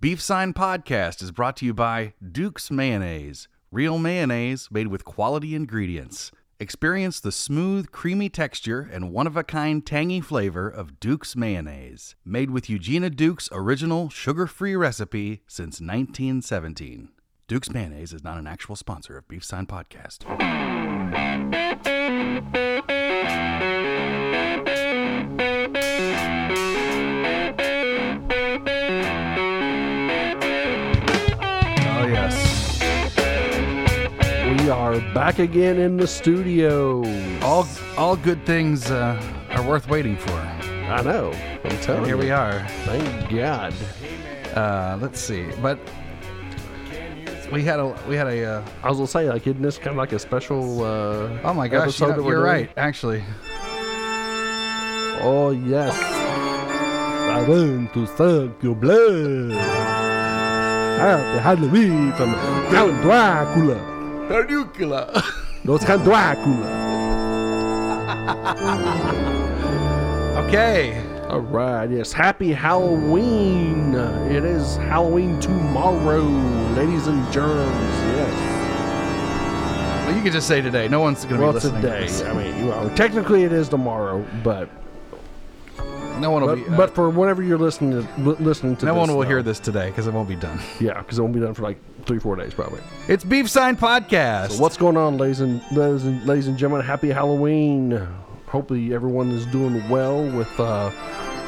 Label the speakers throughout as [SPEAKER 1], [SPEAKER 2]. [SPEAKER 1] Beef Sign Podcast is brought to you by Duke's Mayonnaise, real mayonnaise made with quality ingredients. Experience the smooth, creamy texture and one of a kind tangy flavor of Duke's Mayonnaise, made with Eugenia Duke's original sugar free recipe since 1917. Duke's Mayonnaise is not an actual sponsor of Beef Sign Podcast. Oh, yes.
[SPEAKER 2] We are back again in the studio.
[SPEAKER 1] All, all good things uh, are worth waiting for.
[SPEAKER 2] I know. I'm telling
[SPEAKER 1] And here
[SPEAKER 2] you.
[SPEAKER 1] we are.
[SPEAKER 2] Thank God.
[SPEAKER 1] Uh, let's see, but we had a we had a. Uh,
[SPEAKER 2] I was gonna say, like, isn't this kind of like a special? Uh,
[SPEAKER 1] oh my gosh, you
[SPEAKER 2] episode that we're
[SPEAKER 1] are
[SPEAKER 2] doing?
[SPEAKER 1] right. Actually,
[SPEAKER 2] Oh yes. I want to suck your blood. Happy Halloween from Count Dracula.
[SPEAKER 1] Dracula.
[SPEAKER 2] Los Count Dracula.
[SPEAKER 1] okay.
[SPEAKER 2] All right. Yes. Happy Halloween. It is Halloween tomorrow, ladies and germs. Yes.
[SPEAKER 1] Well, you could just say today. No one's gonna
[SPEAKER 2] Well,
[SPEAKER 1] be
[SPEAKER 2] it's
[SPEAKER 1] listening.
[SPEAKER 2] a
[SPEAKER 1] to
[SPEAKER 2] day.
[SPEAKER 1] this.
[SPEAKER 2] I mean, you are, technically it is tomorrow, but
[SPEAKER 1] No one will
[SPEAKER 2] but,
[SPEAKER 1] be. uh,
[SPEAKER 2] but for whenever you're listening to li- listening to
[SPEAKER 1] no
[SPEAKER 2] this,
[SPEAKER 1] one will
[SPEAKER 2] though.
[SPEAKER 1] hear this today because it won't be done.
[SPEAKER 2] Yeah, because it won't be done for like three, four days probably.
[SPEAKER 1] It's Beef Sign Podcast.
[SPEAKER 2] So what's going on, ladies and ladies and, ladies and gentlemen? Happy Halloween! Hopefully everyone is doing well with uh,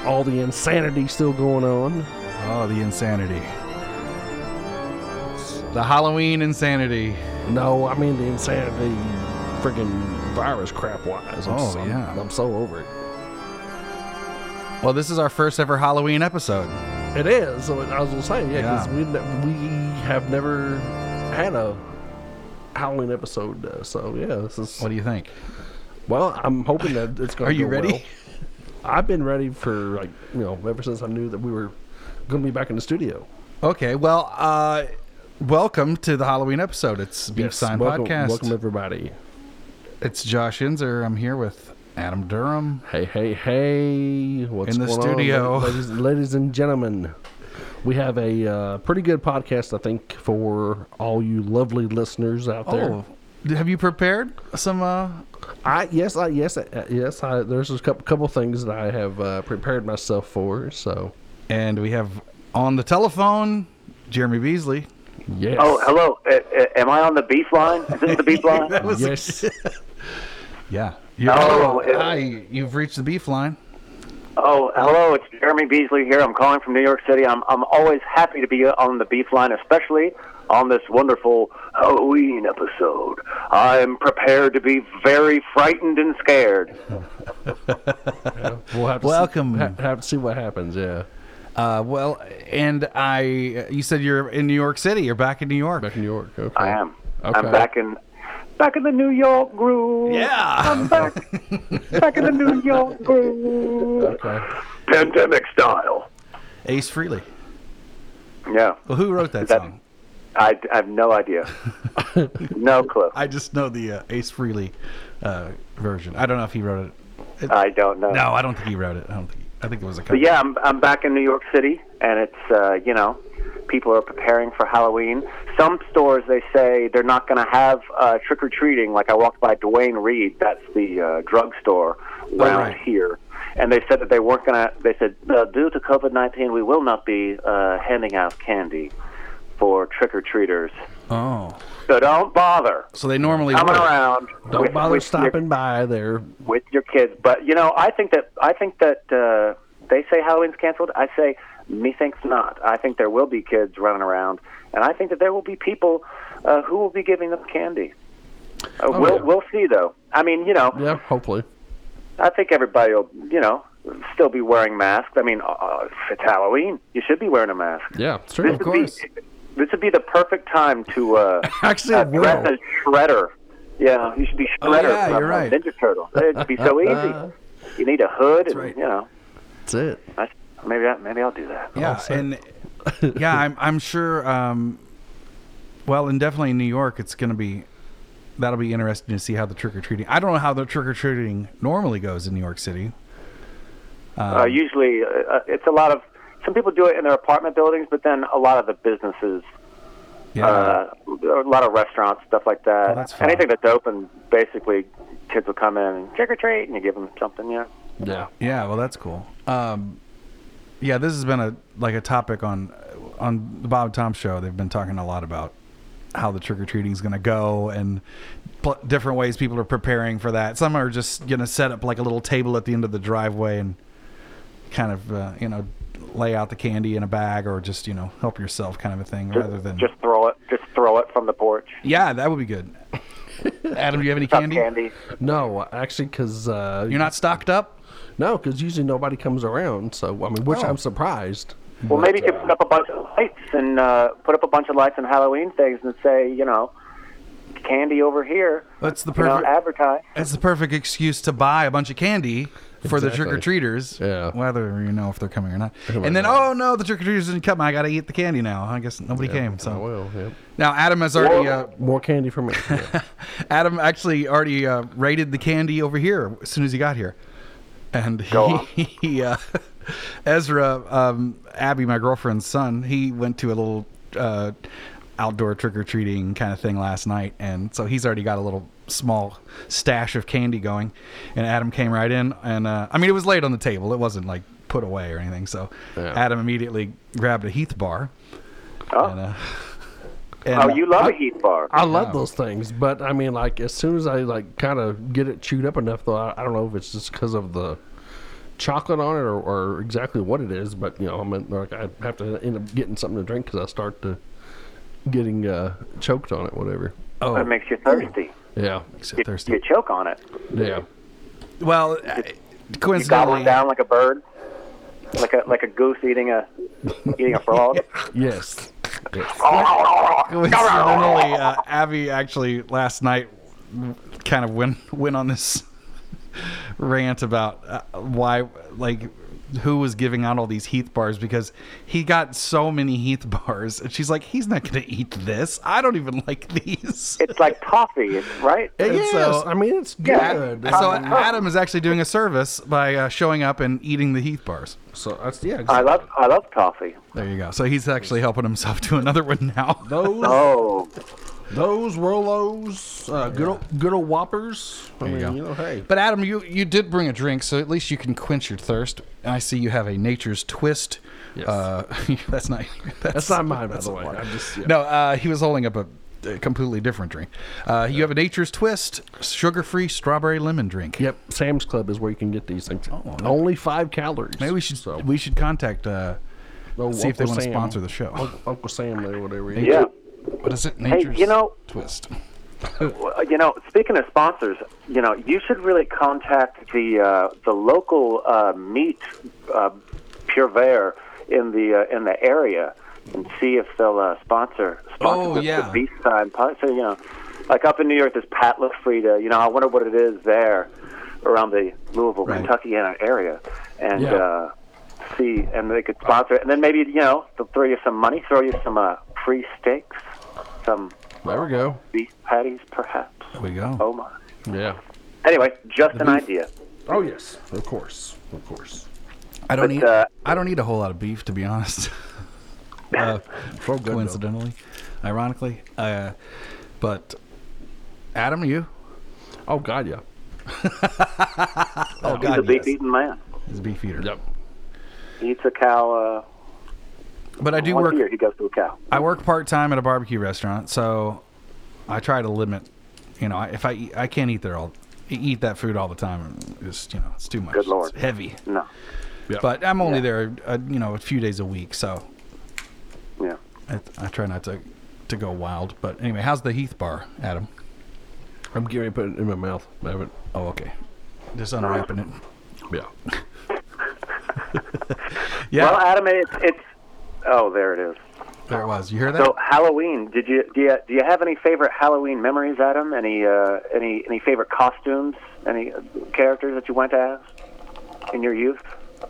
[SPEAKER 2] all the insanity still going on.
[SPEAKER 1] Oh, the insanity. The Halloween insanity.
[SPEAKER 2] No, I mean the insanity, freaking virus crap wise. I'm,
[SPEAKER 1] Oh,
[SPEAKER 2] so,
[SPEAKER 1] yeah.
[SPEAKER 2] I'm so over it.
[SPEAKER 1] Well, this is our first ever Halloween episode.
[SPEAKER 2] It is. So I was gonna say, yeah, because
[SPEAKER 1] Yeah.
[SPEAKER 2] we ne- we have never had a Halloween episode, uh, so yeah, this is.
[SPEAKER 1] What do you think?
[SPEAKER 2] Well, I'm hoping that it's going.
[SPEAKER 1] Are you ready?
[SPEAKER 2] I've been ready for like you know ever since I knew that we were going to be back in the studio.
[SPEAKER 1] Okay. Well, uh, welcome to the Halloween episode. It's Beef
[SPEAKER 2] Yes,
[SPEAKER 1] Sign
[SPEAKER 2] welcome,
[SPEAKER 1] Podcast.
[SPEAKER 2] Welcome everybody.
[SPEAKER 1] It's Josh Inzer. I'm here with Adam Durham.
[SPEAKER 2] Hey, hey, hey! What's
[SPEAKER 1] In the
[SPEAKER 2] going on,
[SPEAKER 1] studio.
[SPEAKER 2] ladies, ladies and gentlemen? We have a uh, pretty good podcast, I think, for all you lovely listeners out
[SPEAKER 1] Oh,
[SPEAKER 2] there.
[SPEAKER 1] d- have you prepared some? Uh,
[SPEAKER 2] I yes, I yes, uh, yes. I, there's a couple couple things that I have uh, prepared myself for. So
[SPEAKER 1] and we have on the telephone Jeremy Beasley.
[SPEAKER 2] yes.
[SPEAKER 3] Oh, hello. Uh, uh, am I on the beef line? Is this the beef line?
[SPEAKER 1] That was
[SPEAKER 2] Yes.
[SPEAKER 1] yeah. You're,
[SPEAKER 3] Oh, it-
[SPEAKER 1] hi, you've reached the beef line.
[SPEAKER 3] Oh, hello. It's Jeremy Beasley here. I'm calling from New York City. I'm I'm always happy to be on the beef line, especially on this wonderful Halloween episode. I'm prepared to be very frightened and scared.
[SPEAKER 2] we'll have to
[SPEAKER 1] Welcome.
[SPEAKER 2] See, ha- have to see what happens. Yeah.
[SPEAKER 1] Uh, well, and I, you said you're in New York City. You're back in New York.
[SPEAKER 2] Back in New York. Okay.
[SPEAKER 3] I am.
[SPEAKER 2] Okay.
[SPEAKER 3] I'm back in back in the New York groove.
[SPEAKER 1] Yeah.
[SPEAKER 3] I'm back back in the New York groove.
[SPEAKER 2] Okay.
[SPEAKER 3] Pandemic style.
[SPEAKER 1] Ace Freely.
[SPEAKER 3] Yeah.
[SPEAKER 1] Well, who wrote that,
[SPEAKER 3] That-
[SPEAKER 1] song?
[SPEAKER 3] I, I have no idea. no clue.
[SPEAKER 1] I just know the uh, Ace Freely uh, version. I don't know if he wrote it. It-
[SPEAKER 3] I don't know.
[SPEAKER 1] no, I don't think he wrote it. I don't think. I think it was a.
[SPEAKER 3] Uh, But yeah, I'm I'm back in New York City, and it's uh, you know, people are preparing for Halloween. Some stores they say they're not going to have uh, trick or treating. Like I walked by Dwayne Reed, that's the uh, drugstore around
[SPEAKER 1] right.
[SPEAKER 3] here, and they said that they weren't going to. They said uh, due to COVID nineteen, we will not be uh, handing out candy for trick or treaters.
[SPEAKER 1] Oh.
[SPEAKER 3] So don't bother
[SPEAKER 1] So they normally.
[SPEAKER 3] coming
[SPEAKER 1] would.
[SPEAKER 3] around.
[SPEAKER 2] Don't
[SPEAKER 3] with-
[SPEAKER 2] bother
[SPEAKER 3] with your-
[SPEAKER 2] stopping by there.
[SPEAKER 3] with your kids. But you know, I think that I think that uh, they say Halloween's canceled. I say methinks not. I think there will be kids running around, and I think that there will be people uh, who will be giving them candy. Uh, we'll
[SPEAKER 2] Oh, yeah.
[SPEAKER 3] we'll see though. I mean, you know,
[SPEAKER 2] Yeah, hopefully.
[SPEAKER 3] I think everybody will you know still be wearing masks. I mean, uh, it's Halloween. You should be wearing a mask.
[SPEAKER 2] Yeah, it's
[SPEAKER 3] This
[SPEAKER 2] true.
[SPEAKER 3] would Be, this would be the perfect time to uh,
[SPEAKER 2] Actually,
[SPEAKER 3] uh,
[SPEAKER 2] it will.
[SPEAKER 3] dress as Shredder. Yeah, you should be Shredder
[SPEAKER 1] Oh, yeah,
[SPEAKER 3] from
[SPEAKER 1] you're
[SPEAKER 3] uh,
[SPEAKER 1] right. Uh-huh.
[SPEAKER 3] Ninja Turtle. It'd be so easy. You need a hood, and
[SPEAKER 1] right.
[SPEAKER 3] you know,
[SPEAKER 2] That's it.
[SPEAKER 3] I, maybe I, maybe I'll do that.
[SPEAKER 1] yeah,
[SPEAKER 2] Also.
[SPEAKER 1] and yeah, I'm I'm sure. Um, well, and definitely in New York, it's going to be that'll be interesting to see how the trick or treating. I don't know how the trick or treating normally goes in New York City.
[SPEAKER 3] uh, usually, uh, uh, it's a lot of Some people do it in their apartment buildings, but then a lot of the businesses,
[SPEAKER 1] Yeah.
[SPEAKER 3] uh, a lot of restaurants, stuff like that.
[SPEAKER 1] Well, that's fun.
[SPEAKER 3] Anything that's open, basically, kids will come in and trick or treat, and you give them something. Yeah.
[SPEAKER 2] Yeah.
[SPEAKER 1] Yeah, well, that's cool. Um, yeah, this has been a like a topic on on the Bob Tom show. They've been talking a lot about how the trick or treating is going to go and pl- different ways people are preparing for that. Some are just going to set up like a little table at the end of the driveway and kind of uh, you know lay out the candy in a bag or just you know help yourself kind of a thing rather than
[SPEAKER 3] Just throw it. Just throw it from the porch.
[SPEAKER 1] yeah that would be good. Adam, do you have any
[SPEAKER 3] Tough
[SPEAKER 1] candy?
[SPEAKER 3] candy.
[SPEAKER 2] No, actually, because uh,
[SPEAKER 1] You're not stocked up.
[SPEAKER 2] no, because usually nobody comes around. So I mean, which
[SPEAKER 1] Oh.
[SPEAKER 2] I'm surprised.
[SPEAKER 3] Well, maybe you
[SPEAKER 2] But,
[SPEAKER 3] could put up a bunch of lights and uh, put up a bunch of lights on Halloween things and say, you know, candy over here.
[SPEAKER 1] That's the
[SPEAKER 3] You know,
[SPEAKER 1] perfect.
[SPEAKER 3] advertise.
[SPEAKER 1] It's the perfect excuse to buy a bunch of candy for the trick
[SPEAKER 2] Exactly.
[SPEAKER 1] or treaters.
[SPEAKER 2] Yeah.
[SPEAKER 1] Whether you know if they're coming or not.
[SPEAKER 2] Who
[SPEAKER 1] And then,
[SPEAKER 2] knows?
[SPEAKER 1] oh no, the trick or treaters didn't come. I got to eat the candy now. I guess nobody came.
[SPEAKER 2] I
[SPEAKER 1] So
[SPEAKER 2] will. Yep.
[SPEAKER 1] now Adam has already, uh,
[SPEAKER 2] More candy for me. Yeah.
[SPEAKER 1] Adam actually already uh, rated the candy over here as soon as he got here. And
[SPEAKER 3] Go on.
[SPEAKER 1] he, he, uh, Ezra, um, Abby, my girlfriend's son, he went to a little uh, outdoor trick or treating kind of thing last night, and so he's already got a little small stash of candy going. And Adam came right in, and uh, I mean it was laid on the table; it wasn't like put away or anything. So
[SPEAKER 2] Yeah.
[SPEAKER 1] Adam immediately grabbed a Heath bar.
[SPEAKER 3] Oh.
[SPEAKER 1] And, uh, and,
[SPEAKER 3] Oh,
[SPEAKER 1] uh,
[SPEAKER 3] you love a heat bar.
[SPEAKER 2] I love
[SPEAKER 1] Yeah.
[SPEAKER 2] those things, but I mean, like as soon as I like kind of get it chewed up enough, though, I, I don't know if it's just because of the chocolate on it or, or exactly what it is, but you know, I'm in- like I have to end up getting something to drink because I start to getting uh, choked on it, whatever.
[SPEAKER 1] oh,
[SPEAKER 3] It makes you thirsty.
[SPEAKER 2] Yeah,
[SPEAKER 1] makes you
[SPEAKER 3] You,
[SPEAKER 1] thirsty.
[SPEAKER 3] you choke on it.
[SPEAKER 2] yeah.
[SPEAKER 1] Well,
[SPEAKER 3] You gobble
[SPEAKER 1] coincidentally,
[SPEAKER 3] it down like a bird, like a like a goose eating a eating a frog.
[SPEAKER 2] Yes. Yes.
[SPEAKER 1] coincidentally, uh, Abby actually last night kind of went went on this rant about uh, why like who was giving out all these Heath bars because he got so many Heath bars and she's like he's not going to eat this. I don't even like these.
[SPEAKER 3] It's like toffee, it's- right?
[SPEAKER 2] Yes,
[SPEAKER 1] so-
[SPEAKER 2] I mean it's good.
[SPEAKER 3] Yeah.
[SPEAKER 1] so uh,
[SPEAKER 2] So,
[SPEAKER 1] Adam is actually doing a service by uh, showing up and eating the Heath bars.
[SPEAKER 2] so that's yeah.
[SPEAKER 3] I
[SPEAKER 2] Exactly.
[SPEAKER 3] love I love toffee.
[SPEAKER 1] There you go. So he's actually helping himself to another one now.
[SPEAKER 2] Those
[SPEAKER 3] Oh,
[SPEAKER 2] those Rolos, uh, good old, good old Whoppers. I
[SPEAKER 1] you
[SPEAKER 2] mean,
[SPEAKER 1] go.
[SPEAKER 2] you know, hey.
[SPEAKER 1] But Adam, you you did bring a drink, so at least you can quench your thirst. I see you have a Nature's Twist.
[SPEAKER 2] Yes.
[SPEAKER 1] Uh, that's not. That's,
[SPEAKER 2] That's not mine, by the
[SPEAKER 1] not
[SPEAKER 2] way.
[SPEAKER 1] water.
[SPEAKER 2] I'm just- yeah.
[SPEAKER 1] No, uh, he was holding up a, a completely different drink. Uh, you have a Nature's Twist, sugar-free strawberry lemon drink.
[SPEAKER 2] Yep, Sam's Club is where you can get these things.
[SPEAKER 1] Oh.
[SPEAKER 2] Only five calories.
[SPEAKER 1] Maybe we should we should contact uh,
[SPEAKER 2] Oh,
[SPEAKER 1] see if they
[SPEAKER 2] Uncle
[SPEAKER 1] want to
[SPEAKER 2] Sam.
[SPEAKER 1] sponsor the show.
[SPEAKER 2] Uncle, Uncle Sam or whatever. he is.
[SPEAKER 3] yeah.
[SPEAKER 1] What is it? Nature's
[SPEAKER 3] you know-
[SPEAKER 1] Twist.
[SPEAKER 3] Well, You know, speaking of sponsors, you know, you should really contact the uh, the local uh, meat uh, purveyor in the uh, in the area and see if they'll uh, sponsor sponsor
[SPEAKER 1] Oh,
[SPEAKER 3] the,
[SPEAKER 1] yeah.
[SPEAKER 3] the beef sign. So you know, like up in New York, there's Pat LaFrida. You know, I wonder what it is there around the Louisville,
[SPEAKER 1] Right.
[SPEAKER 3] Kentucky Kentucky area, and
[SPEAKER 2] Yeah.
[SPEAKER 3] uh, see, and they could sponsor it, and then maybe you know they'll throw you some money, throw you some uh, free steaks, some
[SPEAKER 2] There we go.
[SPEAKER 3] beef patties, perhaps.
[SPEAKER 1] There we go.
[SPEAKER 3] Oh my.
[SPEAKER 2] Yeah.
[SPEAKER 3] Anyway, just an idea.
[SPEAKER 2] Oh yes, of course, of course.
[SPEAKER 1] I don't
[SPEAKER 3] but,
[SPEAKER 1] eat.
[SPEAKER 3] uh,
[SPEAKER 1] I don't eat a whole lot of beef, to be honest. uh,
[SPEAKER 2] So good. though.
[SPEAKER 1] coincidentally, ironically. Uh, but Adam, you
[SPEAKER 2] Oh god, yeah.
[SPEAKER 1] oh
[SPEAKER 3] He's a beef eating man.
[SPEAKER 1] he's a beef eater.
[SPEAKER 2] Yep.
[SPEAKER 3] He eats a cow.
[SPEAKER 1] But I
[SPEAKER 3] Uh,
[SPEAKER 1] do
[SPEAKER 3] once
[SPEAKER 1] work.
[SPEAKER 3] a year, he goes to a cow.
[SPEAKER 1] I work part time at a barbecue restaurant, so I try to limit. You know, I- if I eat, I can't eat there all eat that food all the time. Just you know, it's too much.
[SPEAKER 3] Good Lord.
[SPEAKER 1] it's heavy.
[SPEAKER 3] No.
[SPEAKER 2] Yep.
[SPEAKER 1] But I'm only
[SPEAKER 3] Yeah.
[SPEAKER 1] there, uh, you know, a few days a week, so
[SPEAKER 3] Yeah.
[SPEAKER 1] I, I try not to to go wild. But anyway, how's the Heath bar, Adam?
[SPEAKER 2] I'm getting ready to put it in my mouth. I haven't.
[SPEAKER 1] Oh, okay. Just unwrapping it.
[SPEAKER 2] Yeah.
[SPEAKER 1] Yeah,
[SPEAKER 3] Well, Adam, it's, it's. Oh, there it is.
[SPEAKER 1] there it was. You hear that?
[SPEAKER 3] So Halloween. Did you do you do you have any favorite Halloween memories, Adam? Any uh, any any favorite costumes? Any uh, characters that you went as in your youth?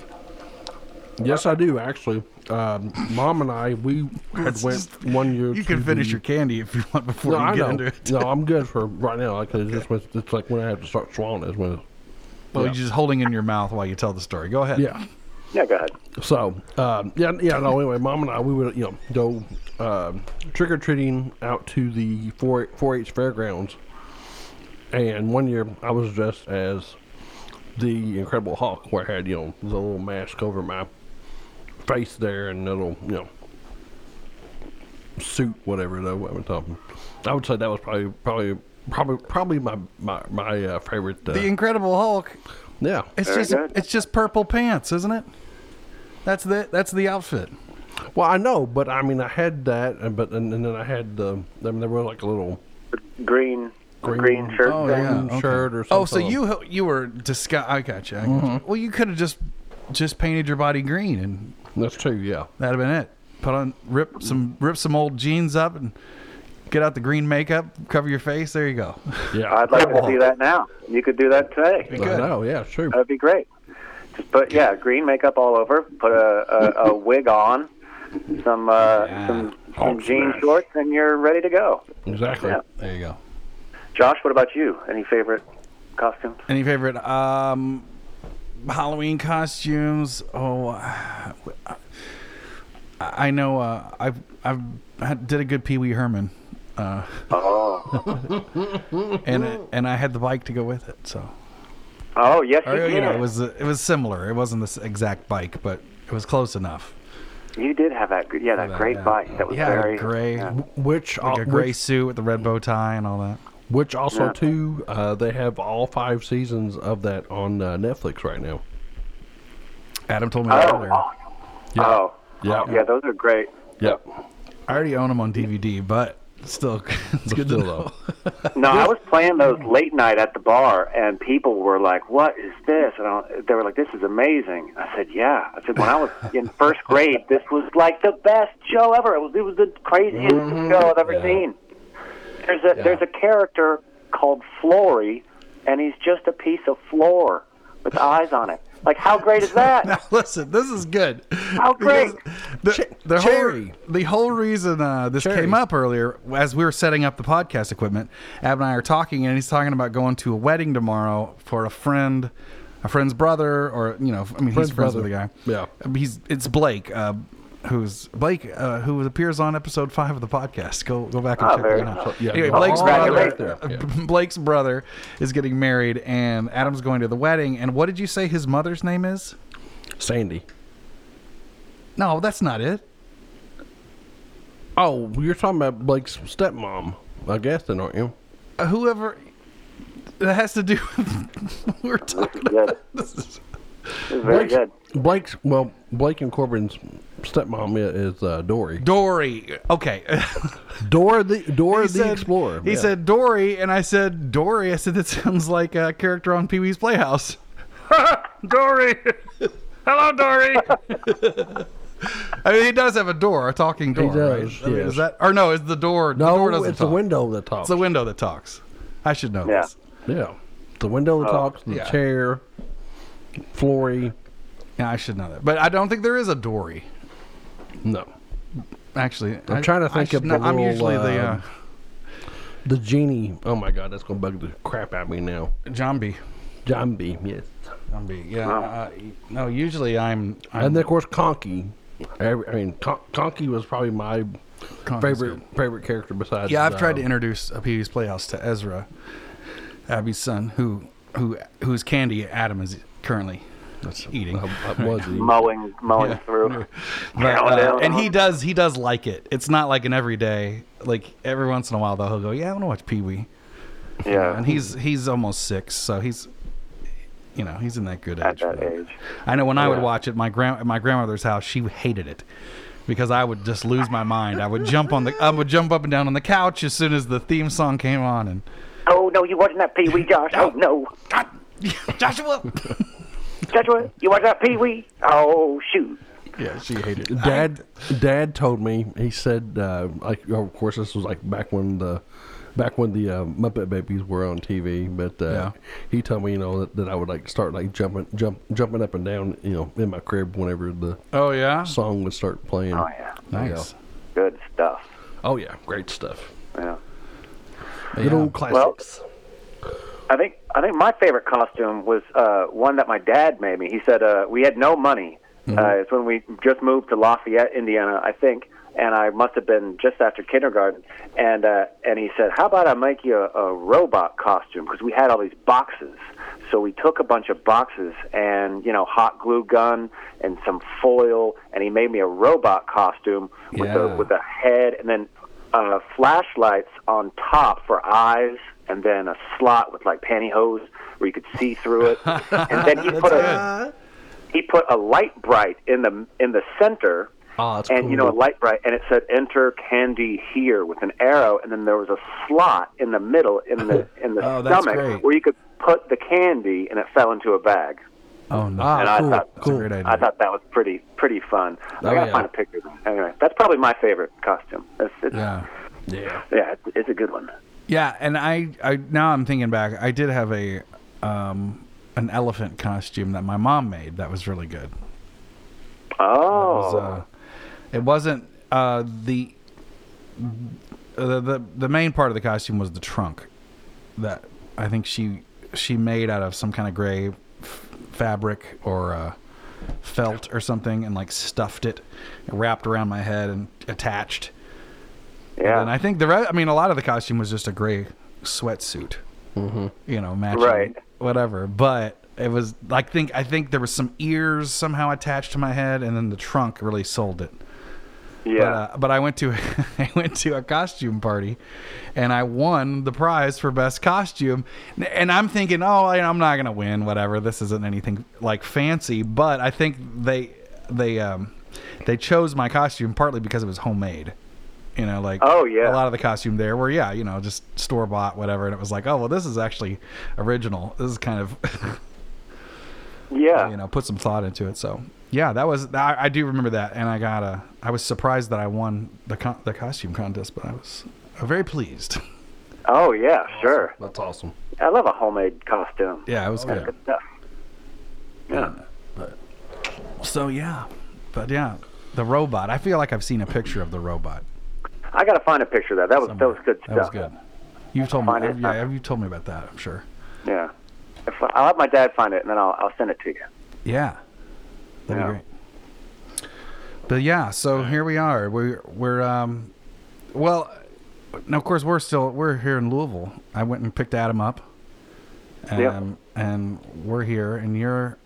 [SPEAKER 2] Yes, I do actually. Um, Mom and I, we had
[SPEAKER 1] That's
[SPEAKER 2] went
[SPEAKER 1] just-
[SPEAKER 2] one year.
[SPEAKER 1] You
[SPEAKER 2] to
[SPEAKER 1] can finish
[SPEAKER 2] the-
[SPEAKER 1] your candy if you want before
[SPEAKER 2] No,
[SPEAKER 1] you
[SPEAKER 2] I
[SPEAKER 1] get
[SPEAKER 2] know.
[SPEAKER 1] into it.
[SPEAKER 2] no, I'm good for right now. Like it's just when- it's like when I have to start swallowing is when.
[SPEAKER 1] Well, you're just holding in your mouth while you tell the story. Go ahead.
[SPEAKER 2] Yeah.
[SPEAKER 3] Yeah, go ahead.
[SPEAKER 2] So um, yeah, yeah. No, anyway, mom and I we would you know go um trick or treating out to the 4 4-H fairgrounds, and one year I was dressed as the Incredible Hulk, where I had you know the little mask over my face there and the little you know suit, whatever though. What I'm talking. I would say that was probably probably probably probably my my my uh, favorite. Uh,
[SPEAKER 1] The Incredible Hulk.
[SPEAKER 2] yeah,
[SPEAKER 1] It's
[SPEAKER 3] Very
[SPEAKER 1] just
[SPEAKER 3] good.
[SPEAKER 1] it's just purple pants, isn't it? That's the that's the outfit.
[SPEAKER 2] Well, I know, but I mean, I had that, and but and, and then I had the. I mean, there were like a little
[SPEAKER 3] Green, green,
[SPEAKER 2] Green.
[SPEAKER 3] shirt.
[SPEAKER 1] Oh
[SPEAKER 3] thing.
[SPEAKER 1] yeah,
[SPEAKER 2] Green
[SPEAKER 1] okay.
[SPEAKER 2] shirt or
[SPEAKER 1] Oh, so
[SPEAKER 2] something.
[SPEAKER 1] you you were disgu I got you. I got you. Well, you could have just just painted your body green, and
[SPEAKER 2] that's true, yeah.
[SPEAKER 1] that'd have been it. Put on rip some rip some old jeans up and get out the green makeup, cover your face. There you go.
[SPEAKER 2] Yeah,
[SPEAKER 3] I'd like to see that now. You could do that today.
[SPEAKER 2] I know, yeah, it's true.
[SPEAKER 3] That'd be great. Just put yeah, green makeup all over. Put a, a, a wig on, some uh, some, some
[SPEAKER 2] Hulk
[SPEAKER 3] jean
[SPEAKER 2] smash.
[SPEAKER 3] shorts, and you're ready to go.
[SPEAKER 2] exactly.
[SPEAKER 3] yeah.
[SPEAKER 1] There you go.
[SPEAKER 3] Josh, what about you? Any favorite costumes?
[SPEAKER 1] Any favorite um Halloween costumes? Oh, I, I know. Uh, I've I've had, did a good Pee Wee Herman, uh,
[SPEAKER 3] Oh,
[SPEAKER 1] and it, and I had the bike to go with it. So
[SPEAKER 3] oh yes, you,
[SPEAKER 1] or, you
[SPEAKER 3] did.
[SPEAKER 1] know, it was it was similar. It wasn't this exact bike, but it was close enough.
[SPEAKER 3] you did have that. Yeah, that great
[SPEAKER 1] yeah.
[SPEAKER 3] bike. That was
[SPEAKER 1] Yeah,
[SPEAKER 3] very
[SPEAKER 1] gray,
[SPEAKER 3] yeah.
[SPEAKER 2] Which,
[SPEAKER 1] like
[SPEAKER 2] al-
[SPEAKER 1] a gray
[SPEAKER 2] which,
[SPEAKER 1] suit with the red bow tie and all that.
[SPEAKER 2] which also
[SPEAKER 3] Yeah.
[SPEAKER 2] too, uh, they have all five seasons of that on uh, Netflix right now.
[SPEAKER 1] Adam told me
[SPEAKER 3] Oh,
[SPEAKER 1] earlier.
[SPEAKER 3] oh,
[SPEAKER 2] Yeah.
[SPEAKER 3] oh,
[SPEAKER 2] Yeah.
[SPEAKER 3] yeah. Those are great.
[SPEAKER 2] Yeah,
[SPEAKER 1] I already own them on DVD, but still, it's good to
[SPEAKER 2] still
[SPEAKER 1] know.
[SPEAKER 2] though.
[SPEAKER 3] No, I was playing those late night at the bar, and people were like, "What is this?" And I, they were like, "This is amazing." I said, "Yeah." I said, "When I was in first grade, this was like the best show ever. It was it was the craziest show I've ever
[SPEAKER 2] Yeah.
[SPEAKER 3] seen." There's a there's a character called Flory, and he's just a piece of floor with eyes on it. Like, how great is that?
[SPEAKER 1] Now listen, this is good.
[SPEAKER 3] How
[SPEAKER 1] Because
[SPEAKER 3] great.
[SPEAKER 1] The, the
[SPEAKER 2] Oh, Cherry.
[SPEAKER 1] whole the whole reason uh, this
[SPEAKER 2] Cherry.
[SPEAKER 1] came up earlier, as we were setting up the podcast equipment, Ab and I are talking, and he's talking about going to a wedding tomorrow for a friend, a friend's brother, or you know, I mean,
[SPEAKER 2] Friend's
[SPEAKER 1] he's friends
[SPEAKER 2] brother.
[SPEAKER 1] with the guy. Um,
[SPEAKER 2] Yeah.
[SPEAKER 1] he's it's Blake. Uh, Who's Blake? Uh, who appears on episode five of the podcast? Go go back and
[SPEAKER 3] Oh,
[SPEAKER 1] check
[SPEAKER 3] very
[SPEAKER 1] that out.
[SPEAKER 3] nice.
[SPEAKER 2] Yeah,
[SPEAKER 1] anyway,
[SPEAKER 2] go
[SPEAKER 1] Blake's
[SPEAKER 3] all
[SPEAKER 1] brother,
[SPEAKER 3] the way
[SPEAKER 2] there.
[SPEAKER 1] Blake's brother is getting married, and Adam's going to the wedding. And what did you say his mother's name is?
[SPEAKER 2] Sandy.
[SPEAKER 1] No, that's not it.
[SPEAKER 2] Oh, you're talking about Blake's stepmom, I guess, then, aren't you?
[SPEAKER 1] Uh, whoever that has to do with we're talking
[SPEAKER 3] Good.
[SPEAKER 1] this is,
[SPEAKER 3] It was very good.
[SPEAKER 2] Blake's well, Blake and Corbin's stepmom i- is uh, Dory.
[SPEAKER 1] Dory. Okay.
[SPEAKER 2] Dora the Dora
[SPEAKER 1] He
[SPEAKER 2] the
[SPEAKER 1] said-
[SPEAKER 2] Explorer.
[SPEAKER 1] He
[SPEAKER 2] yeah.
[SPEAKER 1] said Dory, and I said Dory. I said that sounds like a character on Pee Wee's Playhouse. Dory. Hello, Dory. I mean, he does have a door, a talking door. right?
[SPEAKER 2] does,
[SPEAKER 1] I mean,
[SPEAKER 2] yes.
[SPEAKER 1] is that or no? Is the door? the door
[SPEAKER 2] No,
[SPEAKER 1] doesn't
[SPEAKER 2] it's
[SPEAKER 1] talk.
[SPEAKER 2] the window that talks.
[SPEAKER 1] It's the window that talks. I should know
[SPEAKER 3] Yeah.
[SPEAKER 1] this.
[SPEAKER 2] yeah, the window that talks. The
[SPEAKER 1] Oh, yeah.
[SPEAKER 2] chair, Flory.
[SPEAKER 1] Yeah, I should know that. But I don't think there is a Dory.
[SPEAKER 2] No,
[SPEAKER 1] Actually,
[SPEAKER 2] I'm
[SPEAKER 1] I-
[SPEAKER 2] trying to
[SPEAKER 1] I
[SPEAKER 2] think
[SPEAKER 1] should
[SPEAKER 2] of
[SPEAKER 1] know-
[SPEAKER 2] the
[SPEAKER 1] I'm
[SPEAKER 2] little,
[SPEAKER 1] usually the uh,
[SPEAKER 2] um, the genie. Oh my God, that's gonna bug the crap out of me now.
[SPEAKER 1] uh, zombie.
[SPEAKER 2] Zombie, yes,
[SPEAKER 1] Zombie, yeah. Uh, no, usually I'm. I'm
[SPEAKER 2] and then of course Conky. Every- I mean, Con- Conky was probably my
[SPEAKER 1] Conky's
[SPEAKER 2] favorite
[SPEAKER 1] good.
[SPEAKER 2] favorite character besides.
[SPEAKER 1] Yeah, I've tried
[SPEAKER 2] um,
[SPEAKER 1] to introduce a Pee Wee's Playhouse to Ezra, Abby's son, who who who's candy Adam is currently eating.
[SPEAKER 2] I- I was the-
[SPEAKER 3] Mowing mowing through.
[SPEAKER 1] But,
[SPEAKER 3] Countdown.
[SPEAKER 1] uh, and he does he does like it. It's not like an everyday. Like every once in a while, though, he'll go, "Yeah, I want to watch Pee Wee,"
[SPEAKER 3] yeah,
[SPEAKER 1] and he's he's almost six, so he's. You know he's in that good age.
[SPEAKER 3] at that
[SPEAKER 1] for
[SPEAKER 3] age.
[SPEAKER 1] I know when I would
[SPEAKER 3] Yeah.
[SPEAKER 1] watch it, my grand at my grandmother's house, she hated it because I would just lose my mind. I would jump on the I would jump up and down on the couch as soon as the theme song came on and
[SPEAKER 3] Oh no, you wasn't that Pee Wee, Josh. Oh no.
[SPEAKER 1] God, Joshua.
[SPEAKER 3] Joshua, you watch that Pee Wee? Oh shoot!
[SPEAKER 1] yeah, she hated it.
[SPEAKER 2] Dad, Dad told me. He said, uh, like, of course, this was like back when the, back when the uh, Muppet Babies were on TV. But uh,
[SPEAKER 1] Yeah.
[SPEAKER 2] he told me, you know, that, that I would like start like jumping, jump, jumping up and down, you know, in my crib whenever the
[SPEAKER 1] Oh yeah,
[SPEAKER 2] song would start playing.
[SPEAKER 3] Oh yeah,
[SPEAKER 1] nice.
[SPEAKER 3] good stuff.
[SPEAKER 2] Oh yeah, great stuff.
[SPEAKER 3] Yeah.
[SPEAKER 2] Good
[SPEAKER 1] Yeah.
[SPEAKER 2] old classics.
[SPEAKER 3] I think I think my favorite costume was uh, one that my dad made me. He said uh, we had no money, Uh, it's when we just moved to Lafayette, Indiana, I think, and I must have been just after kindergarten. And uh, and he said, "How about I make you a, a robot costume?" Because we had all these boxes. So we took a bunch of boxes and you know hot glue gun and some foil, and he made me a robot costume with
[SPEAKER 1] Yeah.
[SPEAKER 3] the with a head and then uh, flashlights on top for eyes, and then a slot with like pantyhose where you could see through it. and then he put a he put a light bright in the in the center.
[SPEAKER 2] Oh, that's
[SPEAKER 3] and you know a
[SPEAKER 2] cool.
[SPEAKER 3] light bright, and it said "Enter Candy here" with an arrow, and then there was a slot in the middle in the in the
[SPEAKER 1] Oh, that's
[SPEAKER 3] stomach
[SPEAKER 1] great.
[SPEAKER 3] where you could put the candy, and it fell into a bag.
[SPEAKER 1] Oh, no.
[SPEAKER 2] Ah,
[SPEAKER 3] And I
[SPEAKER 2] cool.
[SPEAKER 3] thought-
[SPEAKER 1] That's a
[SPEAKER 2] cool.
[SPEAKER 1] great idea.
[SPEAKER 3] I thought that was pretty pretty fun.
[SPEAKER 2] Oh,
[SPEAKER 3] I gotta
[SPEAKER 2] yeah.
[SPEAKER 3] find a picture. of it. Anyway, that's probably my favorite costume. It's, it's,
[SPEAKER 1] yeah.
[SPEAKER 2] Yeah.
[SPEAKER 3] yeah, it's, it's a good one.
[SPEAKER 1] Yeah, and I, I now I'm thinking back. I did have a um, an elephant costume that my mom made. That was really good. It
[SPEAKER 3] Oh,
[SPEAKER 1] was, uh, it wasn't uh, the, the the the main part of the costume was the trunk that I think she she made out of some kind of gray f- fabric or uh, felt or something, and like stuffed it, wrapped around my head, and attached.
[SPEAKER 3] yeah.
[SPEAKER 1] And I think the re- I mean, a lot of the costume was just a gray sweatsuit, you know, matching
[SPEAKER 3] Mm-hmm. Right.
[SPEAKER 1] whatever. But it was like think I think there was some ears somehow attached to my head, and then the trunk really sold it.
[SPEAKER 3] yeah.
[SPEAKER 1] But, uh, but I went to I went to a costume party, and I won the prize for best costume. N- And I'm thinking, oh, you know, I'm not gonna win. Whatever. This isn't anything like fancy. But I think they they um they chose my costume partly because it was homemade. You know, like
[SPEAKER 3] Oh, yeah.
[SPEAKER 1] a lot of the costume there were yeah, you know, just store bought whatever. And it was like, oh well, this is actually original. This is kind of
[SPEAKER 3] yeah.
[SPEAKER 1] uh, you know put some thought into it so yeah that was I, I do remember that and i got a i was surprised that i won the con- the costume contest but i was uh, very pleased
[SPEAKER 3] Oh yeah, sure.
[SPEAKER 2] That's awesome.
[SPEAKER 3] I love a homemade costume.
[SPEAKER 1] yeah it was good
[SPEAKER 3] Good stuff. Yeah.
[SPEAKER 1] so yeah but yeah the robot i feel like i've seen a picture of the robot
[SPEAKER 3] I gotta find a picture of that. Oh, That was that was good
[SPEAKER 1] that
[SPEAKER 3] stuff.
[SPEAKER 1] was good you've told me
[SPEAKER 3] Find it.
[SPEAKER 1] yeah you told me about that i'm sure
[SPEAKER 3] Yeah. If I, I'll have my dad find it and then I'll I'll send it to you.
[SPEAKER 1] yeah that'd
[SPEAKER 3] Yeah.
[SPEAKER 1] be great but yeah so here we are we're we're um well now of course we're still we're here in louisville i went and picked adam up and
[SPEAKER 3] Yep.
[SPEAKER 1] and we're here and you're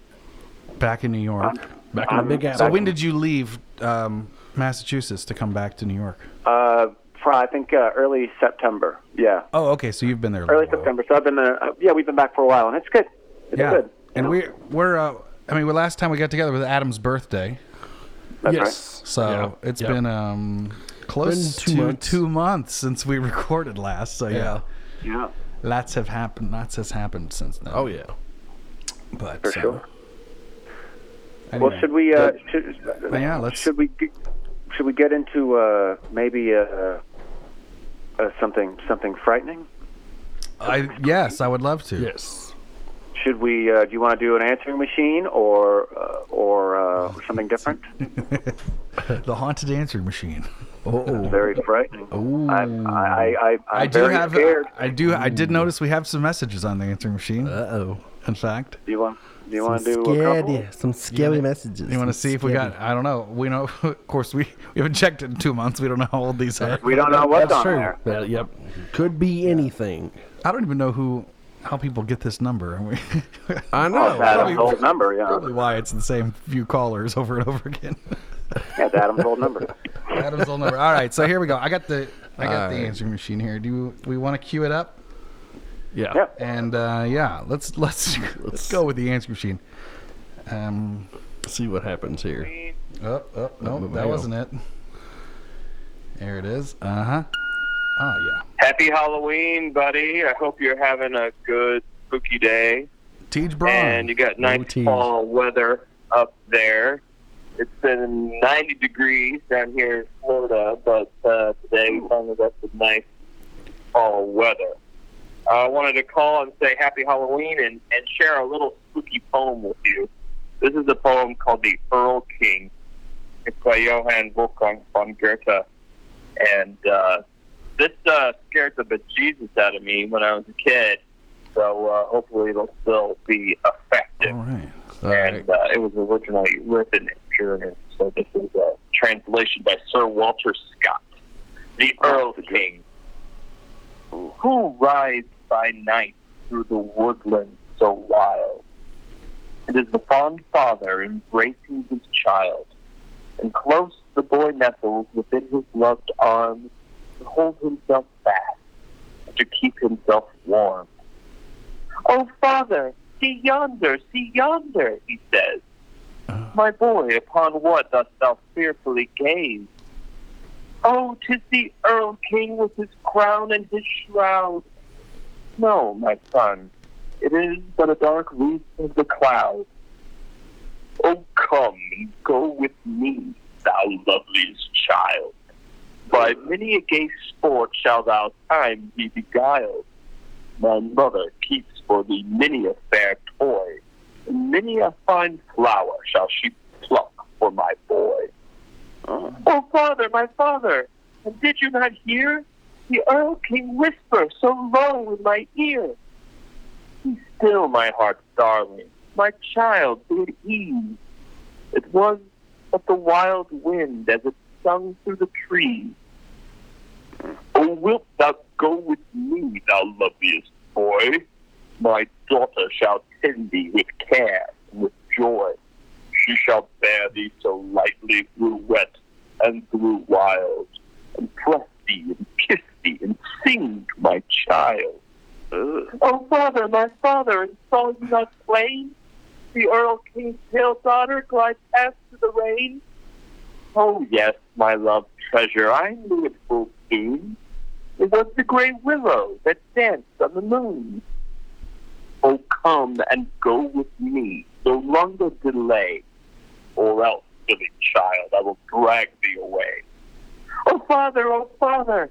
[SPEAKER 1] back in new york
[SPEAKER 2] Back in the
[SPEAKER 3] Um,
[SPEAKER 2] big
[SPEAKER 1] so
[SPEAKER 2] apple.
[SPEAKER 1] when did you leave um massachusetts to come back to new york
[SPEAKER 3] Uh, for, I think uh, early September. Yeah.
[SPEAKER 1] oh okay so you've been there a
[SPEAKER 3] Early
[SPEAKER 1] little while.
[SPEAKER 3] September. So I've been there. Uh, yeah, we've been back for a while and it's good. It's
[SPEAKER 1] yeah
[SPEAKER 3] good.
[SPEAKER 1] and
[SPEAKER 3] Yeah.
[SPEAKER 1] we we're uh i mean well, last time we got together was adam's birthday
[SPEAKER 3] That's
[SPEAKER 2] yes.
[SPEAKER 1] So
[SPEAKER 2] Yeah.
[SPEAKER 1] it's
[SPEAKER 2] Yeah.
[SPEAKER 1] been um close
[SPEAKER 2] Been two
[SPEAKER 1] to
[SPEAKER 2] months.
[SPEAKER 1] two months since we recorded last. So yeah.
[SPEAKER 2] Yeah.
[SPEAKER 3] right. Yeah.
[SPEAKER 1] lots have happened. Lots has happened since then.
[SPEAKER 2] Oh yeah.
[SPEAKER 1] but uh,
[SPEAKER 3] For
[SPEAKER 1] so,
[SPEAKER 3] sure.
[SPEAKER 1] anyway.
[SPEAKER 3] Well, should we? Uh, should,
[SPEAKER 1] yeah, let's-
[SPEAKER 3] Should we? g- Should we get into uh, maybe uh, uh, something something frightening?
[SPEAKER 1] I yes, I would love to.
[SPEAKER 2] Yes.
[SPEAKER 3] Should we? Uh, do you want to do an answering machine or uh, or uh, something different?
[SPEAKER 1] The haunted answering machine.
[SPEAKER 2] Oh.
[SPEAKER 3] Very frightening.
[SPEAKER 1] Ooh.
[SPEAKER 3] I, I, I, I'm
[SPEAKER 1] I do
[SPEAKER 3] very
[SPEAKER 1] have.
[SPEAKER 3] scared.
[SPEAKER 1] I do. I did notice we have some messages on the answering machine.
[SPEAKER 2] Uh
[SPEAKER 1] in fact,
[SPEAKER 3] Do you want? Do you want to do a couple?
[SPEAKER 4] Scary, some scary messages.
[SPEAKER 1] you want to
[SPEAKER 4] some
[SPEAKER 1] see if we
[SPEAKER 4] scary-
[SPEAKER 1] got? I don't know. We know. Of course, we we haven't checked it in two months. We don't know how old these are.
[SPEAKER 3] We don't know what's
[SPEAKER 2] That's
[SPEAKER 3] on
[SPEAKER 2] true.
[SPEAKER 3] there.
[SPEAKER 2] Yeah, yep. Could be anything.
[SPEAKER 1] I don't even know who, how people get this number.
[SPEAKER 2] I know.
[SPEAKER 3] That's Adam's
[SPEAKER 1] probably-
[SPEAKER 3] old number. Yeah,
[SPEAKER 1] Probably why it's the same few callers over and over again.
[SPEAKER 3] that's Adam's old number.
[SPEAKER 1] Adam's old number. All right, so here we go. I got the I got
[SPEAKER 2] All
[SPEAKER 1] the
[SPEAKER 2] right.
[SPEAKER 1] answering machine here. Do you, we want to queue it up?
[SPEAKER 2] Yeah.
[SPEAKER 3] Yep.
[SPEAKER 1] And uh, yeah, let's let's let's go with the answering machine. Um,
[SPEAKER 2] See what happens here.
[SPEAKER 1] oh, oh, no,
[SPEAKER 2] Hang
[SPEAKER 1] that
[SPEAKER 2] on.
[SPEAKER 1] wasn't it. There it is. Uh huh. Oh yeah.
[SPEAKER 5] Happy Halloween, buddy. I hope you're having a good spooky day.
[SPEAKER 1] Teej Braun.
[SPEAKER 5] And you got
[SPEAKER 2] No
[SPEAKER 5] nice
[SPEAKER 2] tease.
[SPEAKER 5] fall weather up there. It's been 90 degrees down here in Florida, but uh, today we finally got some nice fall weather. I wanted to call and say happy Halloween and, and share a little spooky poem with you. This is a poem called The Earl King. It's by Johann Wolfgang von Goethe. And uh, this uh, scared the bejesus out of me when I was a kid. So uh, hopefully it'll still be effective.
[SPEAKER 1] All right.
[SPEAKER 2] All right.
[SPEAKER 5] And uh, it was originally written in German. So this is a translation by Sir Walter Scott, the Earl King, who rides by night through the woodland so wild. It is the fond father embracing his child, and close the boy nestles within his loved arms to hold himself fast, to keep himself warm. Oh, father, see yonder, see yonder, he says. My boy, upon what dost thou fearfully gaze? Oh, 'tis the Earl King with his crown and his shroud. No, my son, it is but a dark wreath of the cloud. Oh, come and go with me, thou loveliest child. By many a gay sport shall thou time be beguiled. My mother keeps for thee many a fair toy, and many a fine flower shall she pluck for my boy. Oh, father, my father, and did you not hear? The Earl King whisper so low in my ear. Be still, my heart's darling, my child, be at ease. It was but the wild wind as it sung through the trees. Oh, wilt thou go with me, thou loveliest boy? My daughter shall tend thee with care and with joy. She shall bear thee so lightly through wet and through wild, and press thee and kiss thee and sing to my child. Oh, father, my father, and saw you not plain? The Earl King's pale daughter glides past to the rain. Oh, yes, my love treasure, I knew it full soon. It was the gray willow that danced on the moon. Oh, come and go with me, no longer delay, or else, silly child, I will drag thee away. Oh, father, oh, father,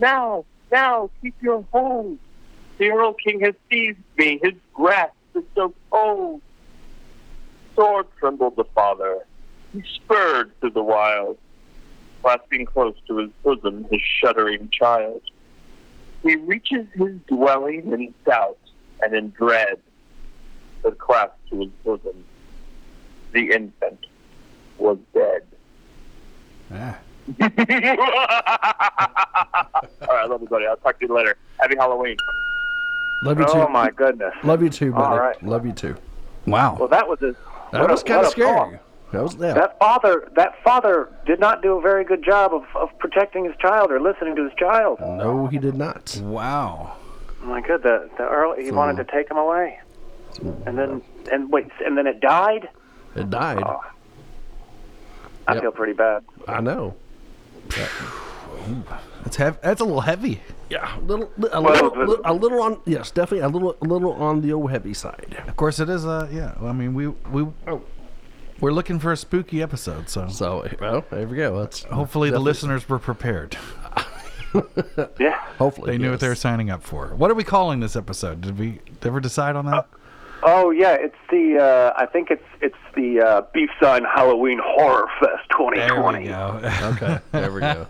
[SPEAKER 5] now, now, keep your hold. The Earl King has seized me, his grasp is so cold. Sore trembled the father, he spurred through the wild, clasping close to his bosom his shuddering child. He reaches his dwelling in doubt and in dread, but clasped to his bosom, the infant was dead.
[SPEAKER 1] Ah.
[SPEAKER 5] All right, I love you, buddy. I'll talk to you later. Happy Halloween.
[SPEAKER 2] Love you too.
[SPEAKER 3] Oh my goodness.
[SPEAKER 2] Love you too, buddy.
[SPEAKER 3] All right.
[SPEAKER 2] Love you too.
[SPEAKER 1] Wow.
[SPEAKER 3] Well, that was a
[SPEAKER 2] That
[SPEAKER 3] what a-
[SPEAKER 2] was kind
[SPEAKER 3] what
[SPEAKER 2] of
[SPEAKER 3] a thought.
[SPEAKER 2] scary. That was yeah.
[SPEAKER 3] That father, that father did not do a very good job of, of protecting his child or listening to his child.
[SPEAKER 2] No, he did not.
[SPEAKER 1] Wow.
[SPEAKER 3] My God, the the earl he wanted to take him away, and then and wait, and then it died.
[SPEAKER 2] It died.
[SPEAKER 3] Oh. I
[SPEAKER 2] Yep.
[SPEAKER 3] feel pretty bad.
[SPEAKER 2] I know.
[SPEAKER 1] That's hev- That's a little heavy.
[SPEAKER 2] Yeah, a little, li- a
[SPEAKER 3] Well,
[SPEAKER 2] little,
[SPEAKER 3] the-
[SPEAKER 2] li- a little on. Yes, definitely a little, a little on the old heavy side.
[SPEAKER 1] Of course, it is. Uh, yeah. Well, I mean, we we we're looking for a spooky episode, so
[SPEAKER 2] So, well, there we go. That's
[SPEAKER 1] hopefully the listeners were prepared.
[SPEAKER 3] Yeah.
[SPEAKER 2] hopefully
[SPEAKER 1] They knew what they were
[SPEAKER 2] yes.
[SPEAKER 1] signing up for. What are we calling this episode? Did we ever decide on that?
[SPEAKER 3] Oh yeah, it's the uh, I think it's it's the uh, Beef Sign Halloween Horror Fest 2020.
[SPEAKER 1] go.
[SPEAKER 2] Okay, there we go.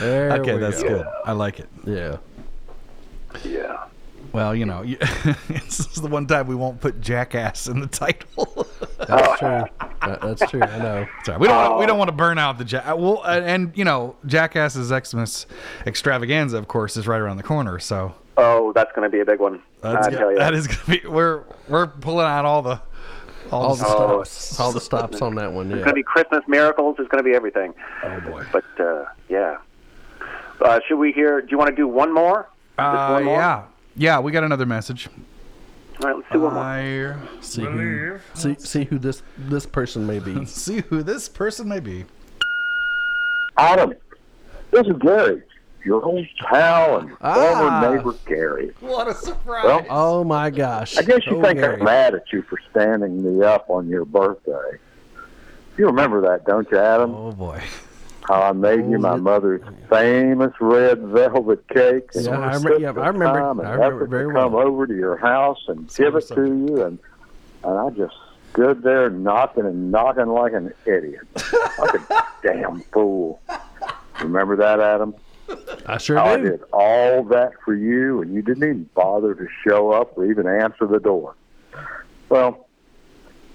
[SPEAKER 2] There
[SPEAKER 1] okay,
[SPEAKER 2] we
[SPEAKER 1] that's
[SPEAKER 2] go.
[SPEAKER 1] good. I like it.
[SPEAKER 2] Yeah,
[SPEAKER 3] Yeah.
[SPEAKER 1] Well, you know, you- this is the one time we won't put jackass in the title.
[SPEAKER 2] that's true. That- that's true. I know.
[SPEAKER 1] Sorry, we don't wanna, we don't want to burn out the jack. Well, and, and you know, Jackass's Xmas extravaganza, of course, is right around the corner. So
[SPEAKER 3] Oh, that's going to be a big one.
[SPEAKER 1] that's
[SPEAKER 3] I
[SPEAKER 1] go-
[SPEAKER 3] tell you.
[SPEAKER 1] that is gonna be we're we're pulling out all the all,
[SPEAKER 2] All
[SPEAKER 1] the
[SPEAKER 2] the
[SPEAKER 1] stuff.
[SPEAKER 3] Oh,
[SPEAKER 2] stops. All the stops on that one.
[SPEAKER 3] It's
[SPEAKER 2] Yeah.
[SPEAKER 3] going to be Christmas miracles. It's going to be everything.
[SPEAKER 1] Oh boy.
[SPEAKER 3] But uh, yeah. Uh, should we hear? Do you want to do one more? Just
[SPEAKER 1] Uh,
[SPEAKER 3] one more?
[SPEAKER 1] yeah, yeah, we got another message.
[SPEAKER 3] All right, let's do one more.
[SPEAKER 1] I
[SPEAKER 2] See who, see, see who this this person may be.
[SPEAKER 1] see who this person may be.
[SPEAKER 5] Autumn, this is Gary, your old pal and
[SPEAKER 2] Ah.
[SPEAKER 5] former neighbor Gary.
[SPEAKER 1] What a surprise!
[SPEAKER 5] Well,
[SPEAKER 2] Oh my gosh!
[SPEAKER 5] I guess you
[SPEAKER 2] Oh,
[SPEAKER 5] think
[SPEAKER 2] Gary.
[SPEAKER 5] I'm mad at you for standing me up on your birthday. You remember that, don't you, Adam?
[SPEAKER 1] oh boy.
[SPEAKER 5] How I made you my mother's famous red velvet cake. and
[SPEAKER 2] Yeah, I
[SPEAKER 5] it
[SPEAKER 2] remember-
[SPEAKER 5] took
[SPEAKER 2] yeah,
[SPEAKER 5] the
[SPEAKER 2] I remember-
[SPEAKER 5] time and
[SPEAKER 2] I remember
[SPEAKER 5] effort to
[SPEAKER 2] very
[SPEAKER 5] come
[SPEAKER 2] well.
[SPEAKER 5] over to your house and give it to you, and and I just stood there knocking and knocking like an idiot, like a damn fool. Remember that, Adam?
[SPEAKER 2] I sure
[SPEAKER 5] How Oh, I
[SPEAKER 2] do.
[SPEAKER 5] did all that for you, and you didn't even bother to show up or even answer the door. Well,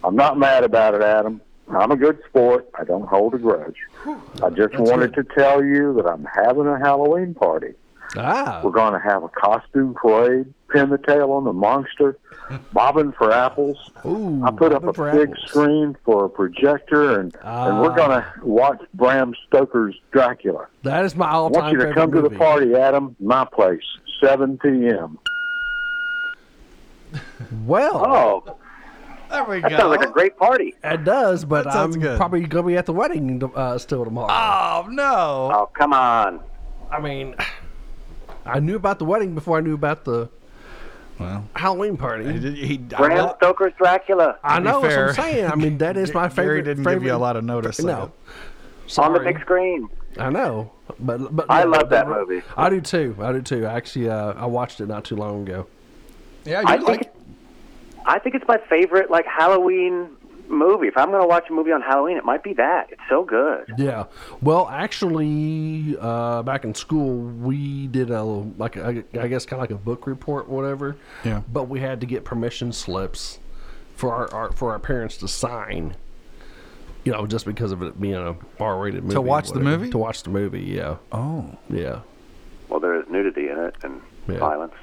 [SPEAKER 6] I'm not mad about it, Adam. I'm a good sport. I don't hold a grudge. I just wanted to tell you that I'm having a Halloween party.
[SPEAKER 2] Ah.
[SPEAKER 6] We're going to have a costume parade, pin the tail on the monster, bobbing for apples.
[SPEAKER 2] Ooh,
[SPEAKER 6] I put up
[SPEAKER 2] bobbing
[SPEAKER 6] a
[SPEAKER 2] for
[SPEAKER 6] big
[SPEAKER 2] apples. Ah.
[SPEAKER 6] screen for a projector, and, and we're going to watch Bram Stoker's Dracula.
[SPEAKER 2] That is my
[SPEAKER 6] I want
[SPEAKER 2] all-time
[SPEAKER 6] you to
[SPEAKER 2] favorite
[SPEAKER 6] come to
[SPEAKER 2] movie.
[SPEAKER 6] the party, Adam. My place, 7 p.m.
[SPEAKER 2] Well,
[SPEAKER 3] Oh,
[SPEAKER 1] There we
[SPEAKER 3] that sounds like a
[SPEAKER 1] go.
[SPEAKER 3] great party.
[SPEAKER 2] it does, but
[SPEAKER 1] That
[SPEAKER 2] I'm
[SPEAKER 1] sounds good.
[SPEAKER 2] probably gonna be at the wedding uh, still tomorrow.
[SPEAKER 1] Oh no!
[SPEAKER 3] Oh, come on.
[SPEAKER 2] I mean, I knew about the wedding before I knew about the
[SPEAKER 1] Well,
[SPEAKER 2] Halloween party.
[SPEAKER 1] he, did- he, I
[SPEAKER 3] Bram
[SPEAKER 1] lo-
[SPEAKER 3] Stoker's Dracula
[SPEAKER 2] I
[SPEAKER 1] be
[SPEAKER 2] know what
[SPEAKER 1] fair,
[SPEAKER 2] I'm saying. I mean, that is my
[SPEAKER 1] Gary
[SPEAKER 2] favorite.
[SPEAKER 1] didn't
[SPEAKER 2] favorite,
[SPEAKER 1] give you a lot of notice. so-
[SPEAKER 2] No,
[SPEAKER 3] on the
[SPEAKER 2] Sorry.
[SPEAKER 3] big screen.
[SPEAKER 2] I know, but but
[SPEAKER 3] I
[SPEAKER 2] yeah,
[SPEAKER 3] love that
[SPEAKER 2] but-
[SPEAKER 3] movie.
[SPEAKER 2] I do too. I do too. Actually, uh, I watched it not too long ago.
[SPEAKER 1] Yeah, you
[SPEAKER 3] I
[SPEAKER 1] like
[SPEAKER 3] think I think it's my favorite like Halloween movie. If I'm going to watch a movie on Halloween, it might be that. It's so good.
[SPEAKER 2] Yeah. Well, actually, uh, back in school, we did a like I I guess kind of like a book report, whatever.
[SPEAKER 1] Yeah.
[SPEAKER 2] But we had to get permission slips for our, our for our parents to sign. You know, just because of it being a R-rated movie. or
[SPEAKER 1] watch the
[SPEAKER 2] whatever.
[SPEAKER 1] movie?
[SPEAKER 2] To watch the movie. Yeah.
[SPEAKER 1] Oh,
[SPEAKER 2] Yeah.
[SPEAKER 3] Well, there is nudity in it and
[SPEAKER 2] Yeah.
[SPEAKER 3] violence.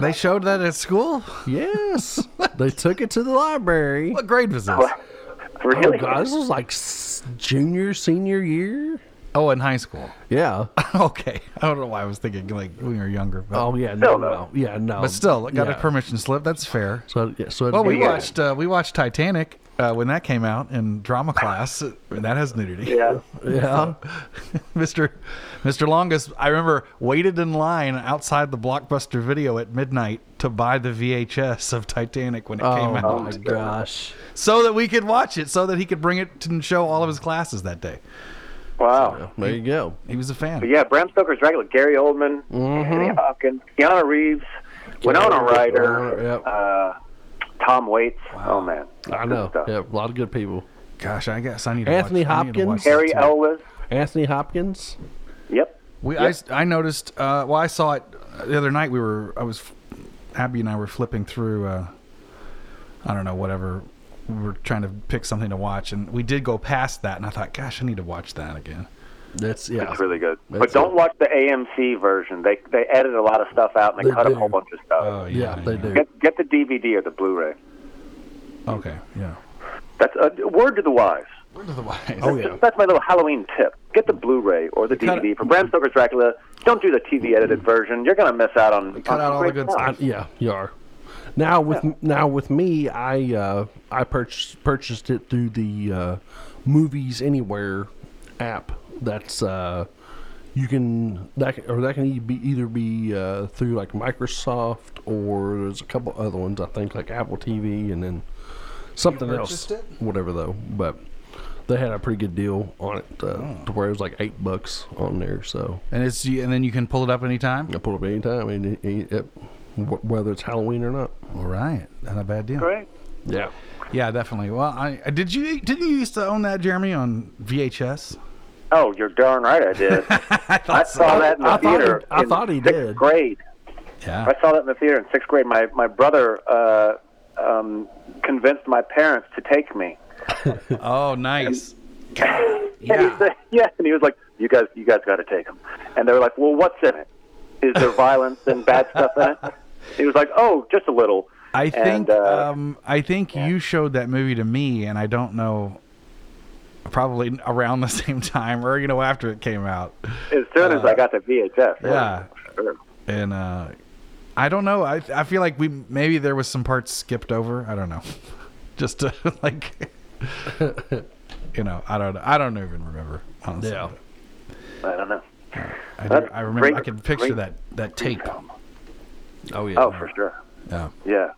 [SPEAKER 1] they showed that at school.
[SPEAKER 2] Yes. they took it to the library.
[SPEAKER 1] What grade was this?
[SPEAKER 2] Oh
[SPEAKER 3] Really?
[SPEAKER 2] god, this was like s- junior, senior year.
[SPEAKER 1] Oh, in high school.
[SPEAKER 2] Yeah.
[SPEAKER 1] okay, I don't know why I was thinking like when we were younger. But,
[SPEAKER 2] Oh yeah. No.
[SPEAKER 3] Still, though.
[SPEAKER 2] No. Yeah. No.
[SPEAKER 1] but still, I got
[SPEAKER 2] yeah.
[SPEAKER 1] a permission slip. That's fair.
[SPEAKER 2] So yeah, so
[SPEAKER 1] Well, we
[SPEAKER 2] yeah.
[SPEAKER 1] watched uh, we watched Titanic uh, when that came out in drama class, and that has nudity.
[SPEAKER 3] yeah.
[SPEAKER 2] Yeah.
[SPEAKER 1] Mr. Mr. Longest, I remember waited in line outside the Blockbuster video at midnight to buy the VHS of Titanic when it came
[SPEAKER 2] Oh
[SPEAKER 1] out,
[SPEAKER 2] my gosh.
[SPEAKER 1] so that we could watch it, so that he could bring it and show all of his classes that day.
[SPEAKER 3] Wow.
[SPEAKER 2] There you go.
[SPEAKER 1] He was a
[SPEAKER 3] But
[SPEAKER 1] fan.
[SPEAKER 3] yeah, Bram Stoker's Dracula, Gary Oldman,
[SPEAKER 2] Mm-hmm.
[SPEAKER 3] Anthony Hopkins, Keanu Reeves, Winona Ryder,
[SPEAKER 2] Yep.
[SPEAKER 3] uh, Tom Waits. Oh man,
[SPEAKER 2] I
[SPEAKER 3] Good
[SPEAKER 2] know.
[SPEAKER 3] stuff.
[SPEAKER 2] Yeah, a lot of good people.
[SPEAKER 1] Gosh, I guess I need to
[SPEAKER 2] Anthony
[SPEAKER 1] watch, I need to
[SPEAKER 2] Hopkins?
[SPEAKER 1] watch that
[SPEAKER 3] Harry
[SPEAKER 1] too.
[SPEAKER 3] Elwes.
[SPEAKER 2] Anthony Hopkins.
[SPEAKER 3] Yep.
[SPEAKER 1] We I s I I, noticed. Uh, well, I saw it the other night. We were I was Abby and I were flipping through. Uh, I don't know whatever. We were trying to pick something to watch, and we did go past that. And I thought, gosh, I need to watch that again.
[SPEAKER 2] That's yeah.
[SPEAKER 3] It's really good.
[SPEAKER 2] That's
[SPEAKER 3] but don't
[SPEAKER 2] it.
[SPEAKER 3] watch the AMC version. They they edit a lot of stuff out and they,
[SPEAKER 2] They
[SPEAKER 3] cut
[SPEAKER 2] do.
[SPEAKER 3] a whole bunch of stuff.
[SPEAKER 1] Oh
[SPEAKER 2] yeah, they do.
[SPEAKER 3] get get the DVD or the Blu-ray.
[SPEAKER 1] Okay, yeah.
[SPEAKER 3] That's a word to the wise.
[SPEAKER 2] Oh yeah.
[SPEAKER 3] That's my little Halloween tip. Get the Blu-ray or the
[SPEAKER 1] cut
[SPEAKER 3] DVD for Bram Stoker's Dracula. Don't do the TV edited version. You're gonna miss out on.
[SPEAKER 1] cut
[SPEAKER 3] on
[SPEAKER 1] out all the
[SPEAKER 3] great
[SPEAKER 1] good
[SPEAKER 2] I, yeah, you are. Now with
[SPEAKER 1] Oh.
[SPEAKER 2] now with me, I uh, I purchased purchased it through the uh, Movies Anywhere app. That's uh, you can that can, or that can e- be either be uh, through like Microsoft or there's a couple other ones I think like Apple TV and then something else,
[SPEAKER 1] purchased it?
[SPEAKER 2] whatever though. But they had a pretty good deal on it uh,
[SPEAKER 1] Oh.
[SPEAKER 2] to where it was like eight bucks on there. So
[SPEAKER 1] And it's you- and then you can pull it up anytime.
[SPEAKER 2] I pull up anytime, and it, it, it, wh- whether it's Halloween or not.
[SPEAKER 1] All right, not a bad deal.
[SPEAKER 3] Great.
[SPEAKER 2] Yeah.
[SPEAKER 1] Yeah, definitely. Well, I I- did you didn't you used to own that Jeremy on VHS?
[SPEAKER 3] Oh, you're darn right I did.
[SPEAKER 1] I
[SPEAKER 3] I
[SPEAKER 1] thought
[SPEAKER 3] saw that in the
[SPEAKER 2] I thought he-
[SPEAKER 3] theater.
[SPEAKER 2] I
[SPEAKER 3] in
[SPEAKER 2] thought he
[SPEAKER 3] sixth
[SPEAKER 2] did.
[SPEAKER 3] Grade.
[SPEAKER 1] Yeah.
[SPEAKER 3] I saw that in the theater in sixth grade. My my brother uh, um, convinced my parents to take me.
[SPEAKER 1] Oh, nice.
[SPEAKER 3] And he
[SPEAKER 1] Yeah.
[SPEAKER 3] said, yeah. And he was like, "You guys, you guys got to take him." And they were like, "Well, what's in it? Is there violence and bad stuff in it?" He was like, "Oh, just a little."
[SPEAKER 1] I
[SPEAKER 3] And,
[SPEAKER 1] think
[SPEAKER 3] uh,
[SPEAKER 1] um, I think you showed that movie to me, and I don't know, probably around the same time or you know after it came out,
[SPEAKER 3] as soon as I got to VHS.
[SPEAKER 1] uh, yeah.
[SPEAKER 3] Sure.
[SPEAKER 1] and uh, I don't know. I I feel like we maybe there was some parts skipped over. I don't know, just to, like you know I don't I don't even remember honestly.
[SPEAKER 2] Yeah.
[SPEAKER 3] I don't know.
[SPEAKER 1] I, do-
[SPEAKER 3] That's
[SPEAKER 1] I remember
[SPEAKER 3] great-
[SPEAKER 1] I can picture
[SPEAKER 3] great.
[SPEAKER 1] that that tape.
[SPEAKER 2] Oh yeah.
[SPEAKER 3] Oh, for sure.
[SPEAKER 1] Yeah.
[SPEAKER 3] Yeah,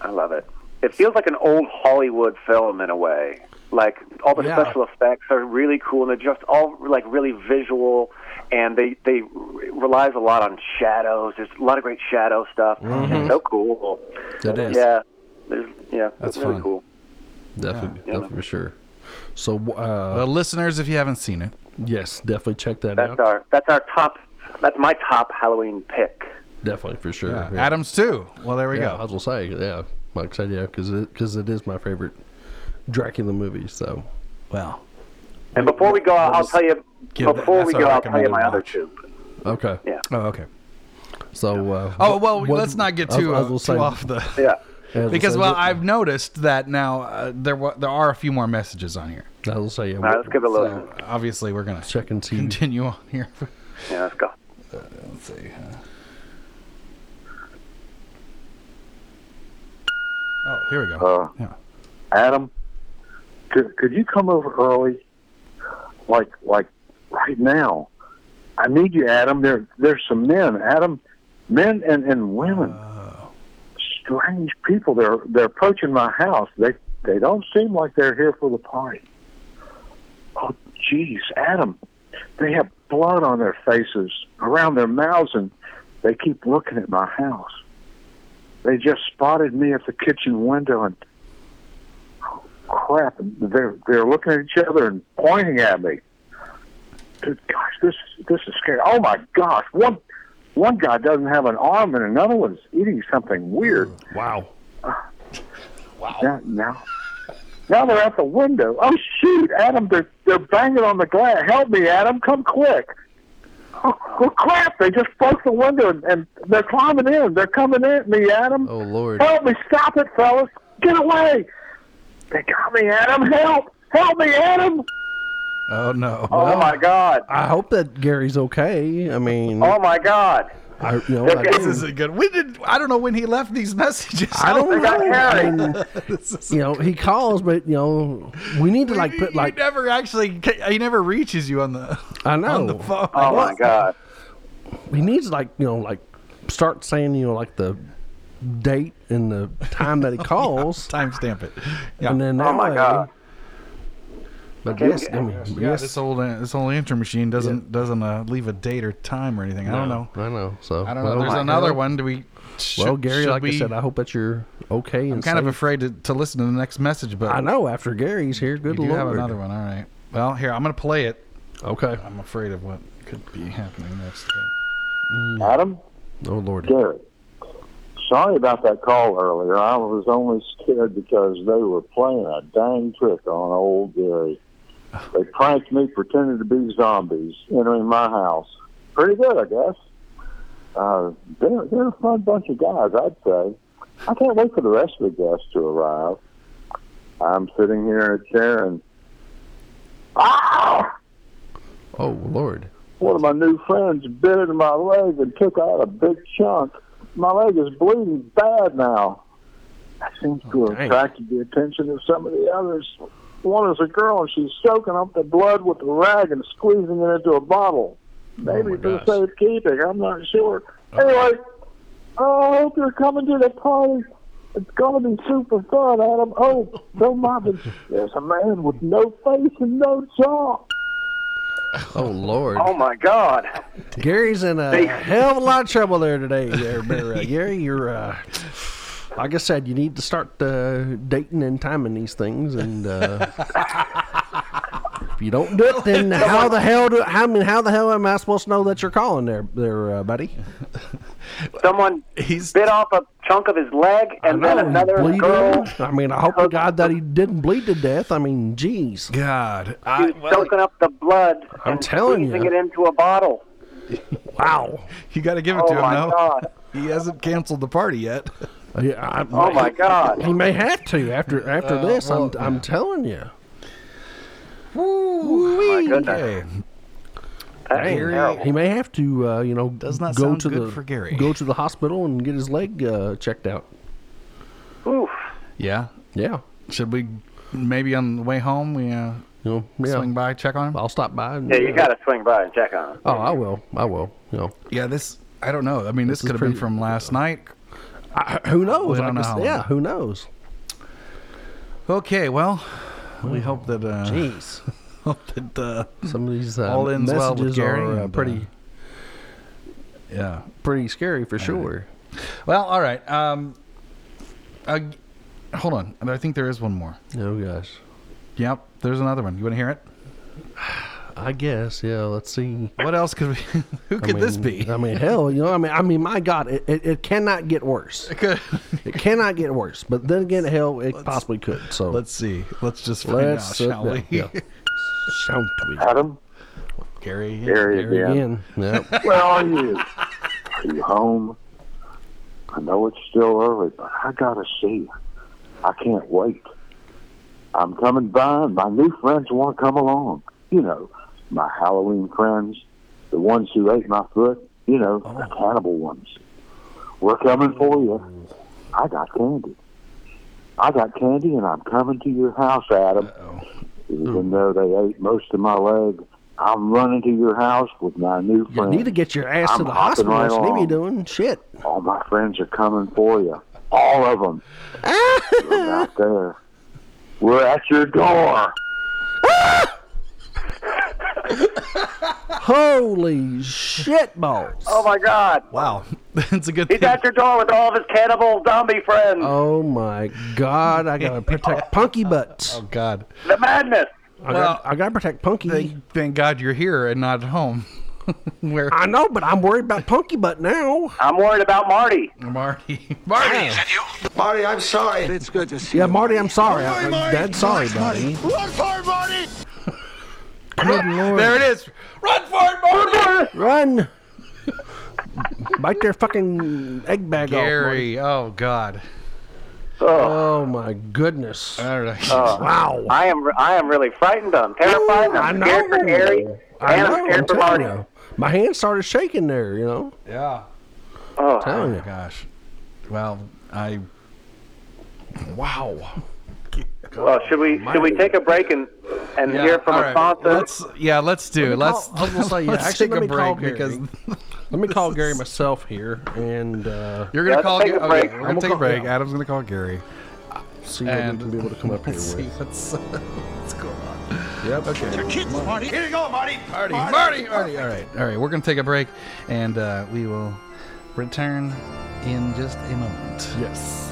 [SPEAKER 3] I love it. It feels like an old Hollywood film in a way. Like all the
[SPEAKER 2] Yeah.
[SPEAKER 3] special effects are really cool, and they're just all like really visual, and they they re- relies a lot on shadows. There's a lot of great shadow stuff.
[SPEAKER 1] Mm-hmm.
[SPEAKER 3] It's so cool.
[SPEAKER 2] It is.
[SPEAKER 3] Yeah, there's, yeah,
[SPEAKER 1] That's
[SPEAKER 3] it's really
[SPEAKER 1] fun.
[SPEAKER 3] cool.
[SPEAKER 2] Definitely,
[SPEAKER 3] Yeah.
[SPEAKER 2] definitely for sure. So uh,
[SPEAKER 1] Well, listeners, if you haven't seen it,
[SPEAKER 2] yes, definitely check that
[SPEAKER 3] That's
[SPEAKER 2] out.
[SPEAKER 3] our that's our top. That's my top Halloween pick.
[SPEAKER 2] Definitely for sure. Yeah.
[SPEAKER 1] uh, Adams too. Well, there we go.
[SPEAKER 2] Yeah, I was gonna say yeah. Like I said, yeah, because it, 'cause it is my favorite Dracula movie. So
[SPEAKER 1] Well,
[SPEAKER 3] And before we go, I'll, I'll tell you.
[SPEAKER 1] give that-
[SPEAKER 3] Before
[SPEAKER 1] that's
[SPEAKER 3] we
[SPEAKER 1] our
[SPEAKER 3] go, I'll tell you
[SPEAKER 1] recommended
[SPEAKER 3] my other
[SPEAKER 1] watch.
[SPEAKER 3] two.
[SPEAKER 2] okay,
[SPEAKER 3] Yeah.
[SPEAKER 1] oh, okay.
[SPEAKER 2] so uh,
[SPEAKER 1] Oh well,
[SPEAKER 2] what-
[SPEAKER 1] let's not get
[SPEAKER 2] I was-
[SPEAKER 1] too,
[SPEAKER 2] I
[SPEAKER 1] uh,
[SPEAKER 2] was gonna
[SPEAKER 1] too
[SPEAKER 2] say-
[SPEAKER 1] off the
[SPEAKER 3] Yeah.
[SPEAKER 2] I was gonna
[SPEAKER 1] because
[SPEAKER 2] say,
[SPEAKER 1] well,
[SPEAKER 2] what-
[SPEAKER 1] I've noticed that now uh, there wa there are a few more messages on here.
[SPEAKER 2] I was gonna say, yeah,
[SPEAKER 3] All right, let's give it a look.
[SPEAKER 1] So obviously, we're gonna
[SPEAKER 2] check and see.
[SPEAKER 1] continue on here.
[SPEAKER 3] Yeah, let's go.
[SPEAKER 1] Let's see. uh, Oh, here we go.
[SPEAKER 5] Uh,
[SPEAKER 1] yeah.
[SPEAKER 5] Adam, could could you come over early? Like like right now. I need you, Adam. There there's some men, Adam, men and, and
[SPEAKER 3] hmm.
[SPEAKER 5] women.
[SPEAKER 1] Uh,
[SPEAKER 5] Strange people. They're they're approaching my house. They they don't seem like they're here for the party. Oh jeez, Adam. They have blood on their faces, around their mouths and they keep looking at my house. They just spotted me at the kitchen window and oh, crap, and they're they're looking at each other and pointing at me. Dude, gosh, this this is scary. Oh my gosh, one one guy doesn't have an arm, and another one's eating something weird.
[SPEAKER 2] Wow.
[SPEAKER 5] Now, now, now they're out the window. Oh shoot, Adam, they're they're banging on the glass. Help me, Adam, come quick. Oh, oh crap, they just broke the window and, and they're climbing in. They're coming at me, Adam.
[SPEAKER 2] Oh Lord.
[SPEAKER 5] Help me, stop it, fellas. Get away. They got me, Adam. Help. Help me, Adam.
[SPEAKER 1] Oh no.
[SPEAKER 3] Oh my God.
[SPEAKER 2] I hope that Gary's okay. I mean,
[SPEAKER 3] Oh my God.
[SPEAKER 2] I, you know,
[SPEAKER 3] Okay.
[SPEAKER 1] this isn't good. When did I don't know when he left these messages.
[SPEAKER 2] I, I
[SPEAKER 3] They
[SPEAKER 2] don't
[SPEAKER 3] got
[SPEAKER 2] know. I
[SPEAKER 3] Harry.
[SPEAKER 2] mean, you know, he calls, but you know, we need to like put like
[SPEAKER 1] he never actually he never reaches you on the
[SPEAKER 2] I know.
[SPEAKER 1] on the phone.
[SPEAKER 3] Oh my God.
[SPEAKER 2] he needs to, like you know like start saying you know like the date and the time that he calls
[SPEAKER 1] Timestamp it. Yeah.
[SPEAKER 2] and then that
[SPEAKER 3] Oh my
[SPEAKER 2] way-
[SPEAKER 3] God.
[SPEAKER 2] but yes I mean
[SPEAKER 1] Yeah,
[SPEAKER 2] yes
[SPEAKER 1] this old uh, this old answer machine doesn't doesn't uh, leave a date or time or anything. I don't know.
[SPEAKER 2] I know so
[SPEAKER 1] I don't know. There's another one. Do we? Should,
[SPEAKER 2] well Gary
[SPEAKER 1] should
[SPEAKER 2] like I
[SPEAKER 1] we-
[SPEAKER 2] said I hope that you're okay and
[SPEAKER 1] I'm kind of
[SPEAKER 2] safe.
[SPEAKER 1] afraid to, to listen to the next message, but
[SPEAKER 2] I know after Gary's here
[SPEAKER 1] we
[SPEAKER 2] good
[SPEAKER 1] do
[SPEAKER 2] lord
[SPEAKER 1] have another one. All right. Well, here I'm gonna play it.
[SPEAKER 2] okay
[SPEAKER 1] I'm afraid of what could be happening next.
[SPEAKER 5] Adam,
[SPEAKER 2] oh lord
[SPEAKER 5] Gary. Sorry about that call earlier. I was only scared because they were playing a dang trick on old Gary. They pranked me pretending to be zombies entering my house. Pretty good, I guess. Uh, they're, they're a fun bunch of guys, I'd say. I can't wait for the rest of the guests to arrive. I'm sitting here in a chair and. Ah!
[SPEAKER 2] oh lord
[SPEAKER 5] one of my new friends bit into my leg and took out a big chunk. My leg is bleeding bad now. I seems to have
[SPEAKER 2] Dang.
[SPEAKER 5] attracted the attention of some of the others. One is a girl, and she's soaking up the blood with a rag and squeezing it into a bottle. Maybe for
[SPEAKER 2] gosh.
[SPEAKER 5] safekeeping, I'm not sure. Anyway, I hope you're coming to the party. It's going to be super fun, Adam. Oh, don't mind me. There's a man with no face and no jaw.
[SPEAKER 2] oh lord
[SPEAKER 3] Oh my God.
[SPEAKER 2] Gary's in a
[SPEAKER 3] They-
[SPEAKER 2] hell of a lot of trouble there today. There, Bear. Uh, Gary, you're uh, like I said, you need to start uh, dating and timing these things, and uh, if you don't do it, then how the hell do I mean? How the hell am I supposed to know that you're calling there, there, uh, buddy?
[SPEAKER 3] Someone
[SPEAKER 1] He's
[SPEAKER 3] bit off a chunk of his leg, and
[SPEAKER 2] I know
[SPEAKER 3] then
[SPEAKER 2] he's
[SPEAKER 3] another
[SPEAKER 2] bleeding.
[SPEAKER 3] girl.
[SPEAKER 2] I mean, I hope to God that he didn't bleed to death. I mean, geez.
[SPEAKER 1] God.
[SPEAKER 3] He
[SPEAKER 1] I,
[SPEAKER 3] was
[SPEAKER 1] well,
[SPEAKER 3] soaking up the blood.
[SPEAKER 2] I'm
[SPEAKER 3] and
[SPEAKER 2] telling
[SPEAKER 3] squeezing
[SPEAKER 2] you.
[SPEAKER 3] it into a bottle.
[SPEAKER 2] Wow.
[SPEAKER 1] you got to give it
[SPEAKER 3] Oh
[SPEAKER 1] to him.
[SPEAKER 3] my
[SPEAKER 1] No,
[SPEAKER 3] God.
[SPEAKER 1] he hasn't canceled the party yet.
[SPEAKER 2] Yeah, I-
[SPEAKER 3] Oh my God.
[SPEAKER 2] He may have to after after
[SPEAKER 1] Uh,
[SPEAKER 2] this.
[SPEAKER 1] well,
[SPEAKER 2] I'm I'm telling you.
[SPEAKER 1] Ooh, my
[SPEAKER 3] Oh, goodness. That's
[SPEAKER 2] Hey,
[SPEAKER 3] terrible.
[SPEAKER 2] he may have to, uh, you know,
[SPEAKER 1] Does not
[SPEAKER 2] go
[SPEAKER 1] sound
[SPEAKER 2] to
[SPEAKER 1] good
[SPEAKER 2] the
[SPEAKER 1] for Gary.
[SPEAKER 2] go to the hospital and get his leg uh, checked out.
[SPEAKER 3] Oof.
[SPEAKER 1] Yeah.
[SPEAKER 2] Yeah,
[SPEAKER 1] Should we maybe on the way home we uh,
[SPEAKER 2] you know, yeah.
[SPEAKER 1] swing by, check on him?
[SPEAKER 2] I'll stop by. And,
[SPEAKER 3] Yeah, you got to swing by and check on him.
[SPEAKER 2] Oh, I will. I will. You know,
[SPEAKER 1] Yeah, this I don't know. I mean, this,
[SPEAKER 2] is
[SPEAKER 1] could have been
[SPEAKER 2] pretty-
[SPEAKER 1] from last night.
[SPEAKER 2] I, who knows?
[SPEAKER 1] We don't
[SPEAKER 2] I guess-
[SPEAKER 1] know.
[SPEAKER 2] Yeah, who knows?
[SPEAKER 1] Okay, well, we hope that uh,
[SPEAKER 2] Jeez,
[SPEAKER 1] hope that uh,
[SPEAKER 2] some of these uh,
[SPEAKER 1] All ends
[SPEAKER 2] messages
[SPEAKER 1] well with Gary
[SPEAKER 2] are uh,
[SPEAKER 1] and,
[SPEAKER 2] pretty
[SPEAKER 1] yeah.
[SPEAKER 2] pretty scary for sure.
[SPEAKER 1] Well, all right. Um, uh, hold on. I think there is one more.
[SPEAKER 2] Oh gosh,
[SPEAKER 1] Yep, there's another one. You want to hear it?
[SPEAKER 2] I guess. Yeah. Let's see.
[SPEAKER 1] What else could we? Who could
[SPEAKER 2] I
[SPEAKER 1] this
[SPEAKER 2] mean-
[SPEAKER 1] be?
[SPEAKER 2] I mean, hell, you know, I mean, I mean, my God, it, it, it cannot get worse. It,
[SPEAKER 1] Could-
[SPEAKER 2] cannot get worse. But then again, hell, it possibly could. So
[SPEAKER 1] Let's see. Let's just find
[SPEAKER 2] Let's
[SPEAKER 1] out,
[SPEAKER 2] sit
[SPEAKER 1] shall we?
[SPEAKER 2] down. Yeah. shout we
[SPEAKER 6] Adam,
[SPEAKER 1] Gary.
[SPEAKER 6] there you
[SPEAKER 2] there
[SPEAKER 6] go.
[SPEAKER 2] again? Yep.
[SPEAKER 6] Where are you? Are you home? I know it's still early, but I gotta see you. I can't wait. I'm coming by, and my new friends want to come along. You know, my Halloween friends, the ones who ate my foot, you know, the
[SPEAKER 2] Oh.
[SPEAKER 6] cannibal ones. We're coming for you. I got candy. I got candy, and I'm coming to your house, Adam.
[SPEAKER 1] Uh-oh.
[SPEAKER 6] Even though they ate most of my leg, I'm running to your house with my new friends.
[SPEAKER 2] You need to get your ass to
[SPEAKER 6] I'm
[SPEAKER 2] the
[SPEAKER 6] hopping
[SPEAKER 2] hospital.
[SPEAKER 6] right
[SPEAKER 2] That's what you
[SPEAKER 6] along.
[SPEAKER 2] be doing. Shit.
[SPEAKER 6] All my friends are coming for you. All of them. We're out there. We're at your door.
[SPEAKER 2] Holy shit balls.
[SPEAKER 3] Oh my God!
[SPEAKER 1] Wow, that's a good
[SPEAKER 3] He's
[SPEAKER 1] thing.
[SPEAKER 3] at your door with all of his cannibal zombie friends.
[SPEAKER 2] Oh my God! I gotta protect Punky butts.
[SPEAKER 1] Oh God!
[SPEAKER 3] The madness.
[SPEAKER 2] I,
[SPEAKER 1] Well,
[SPEAKER 2] gotta, I gotta protect Punky.
[SPEAKER 1] Thank, thank God you're here and not at home. Where
[SPEAKER 2] I know, but I'm worried about Punky butt now.
[SPEAKER 3] I'm worried about Marty.
[SPEAKER 1] Marty? Marty, is that you?
[SPEAKER 2] Yeah, Marty, I'm sorry. I'm dead sorry, buddy. Good lord.
[SPEAKER 1] There it is. Run for it, Marty!
[SPEAKER 2] Run! Bite their fucking egg bag off. Marty.
[SPEAKER 1] Gary. Oh God.
[SPEAKER 2] Oh my goodness.
[SPEAKER 1] All right.
[SPEAKER 2] wow.
[SPEAKER 3] I am. I am really frightened. Uh, I'm terrified. and I'm scared for Gary, and
[SPEAKER 2] I know,
[SPEAKER 3] I'm
[SPEAKER 2] I'm
[SPEAKER 3] scared for
[SPEAKER 2] telling
[SPEAKER 3] Marty.
[SPEAKER 2] you. My hand started shaking there, you know?
[SPEAKER 1] yeah. Ah,
[SPEAKER 3] Oh,
[SPEAKER 2] Telling you.
[SPEAKER 1] Gosh. Well, I. Wow.
[SPEAKER 3] well, should we should we take a break and and
[SPEAKER 1] Yeah,
[SPEAKER 3] hear from
[SPEAKER 1] all
[SPEAKER 3] a
[SPEAKER 1] right.
[SPEAKER 3] sponsor?
[SPEAKER 1] Let's yeah, let's do.
[SPEAKER 2] Let me
[SPEAKER 1] Let's
[SPEAKER 2] call- I was gonna say, yeah,
[SPEAKER 1] let's
[SPEAKER 2] actually,
[SPEAKER 1] take
[SPEAKER 2] let
[SPEAKER 1] a
[SPEAKER 2] me call
[SPEAKER 1] break because
[SPEAKER 2] Gary. Let me call Gary myself here and uh,
[SPEAKER 1] you're gonna
[SPEAKER 3] Let's
[SPEAKER 1] call.
[SPEAKER 3] take a
[SPEAKER 1] Ga-
[SPEAKER 3] break.
[SPEAKER 1] Okay,
[SPEAKER 3] I'm
[SPEAKER 1] we're
[SPEAKER 2] gonna
[SPEAKER 1] gonna take a
[SPEAKER 2] call-
[SPEAKER 1] break.
[SPEAKER 2] yeah.
[SPEAKER 1] Adam's gonna call Gary.
[SPEAKER 2] see what we
[SPEAKER 1] And-
[SPEAKER 2] can be able to come up here
[SPEAKER 1] Let's see
[SPEAKER 2] with.
[SPEAKER 1] what's what's going on.
[SPEAKER 2] Yep. Okay.
[SPEAKER 1] Marty, Marty, Marty. All right, all right. We're gonna take a break, and uh, we will return in just a moment.
[SPEAKER 2] Yes.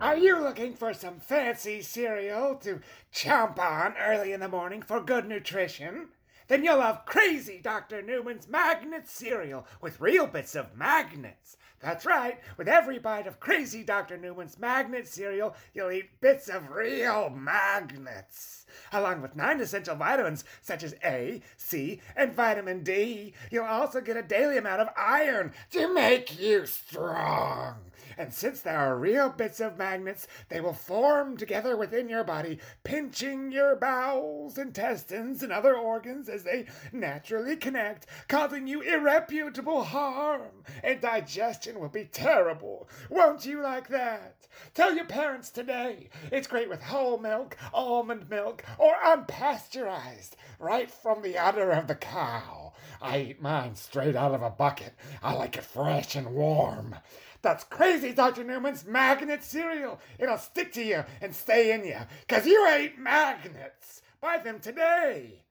[SPEAKER 7] Are you looking for some fancy cereal to chomp on early in the morning for good nutrition? Then you'll love Crazy Dr. Newman's Magnet Cereal with real bits of magnets. That's right, with every bite of Crazy Dr. Newman's Magnet Cereal, you'll eat bits of real magnets. Along with nine essential vitamins such as A, C, and vitamin D, you'll also get a daily amount of iron to make you strong. And since there are real bits of magnets, they will form together within your body, pinching your bowels, intestines, and other organs as they naturally connect, causing you irreputable harm. And digestion will be terrible. Won't you like that? Tell your parents today. It's great with whole milk, almond milk, or unpasteurized, right from the udder of the cow. I eat mine straight out of a bucket. I like it fresh and warm. That's crazy, Dr. Newman's magnet cereal. It'll stick to you and stay in you, 'cause you ate magnets. Buy them today.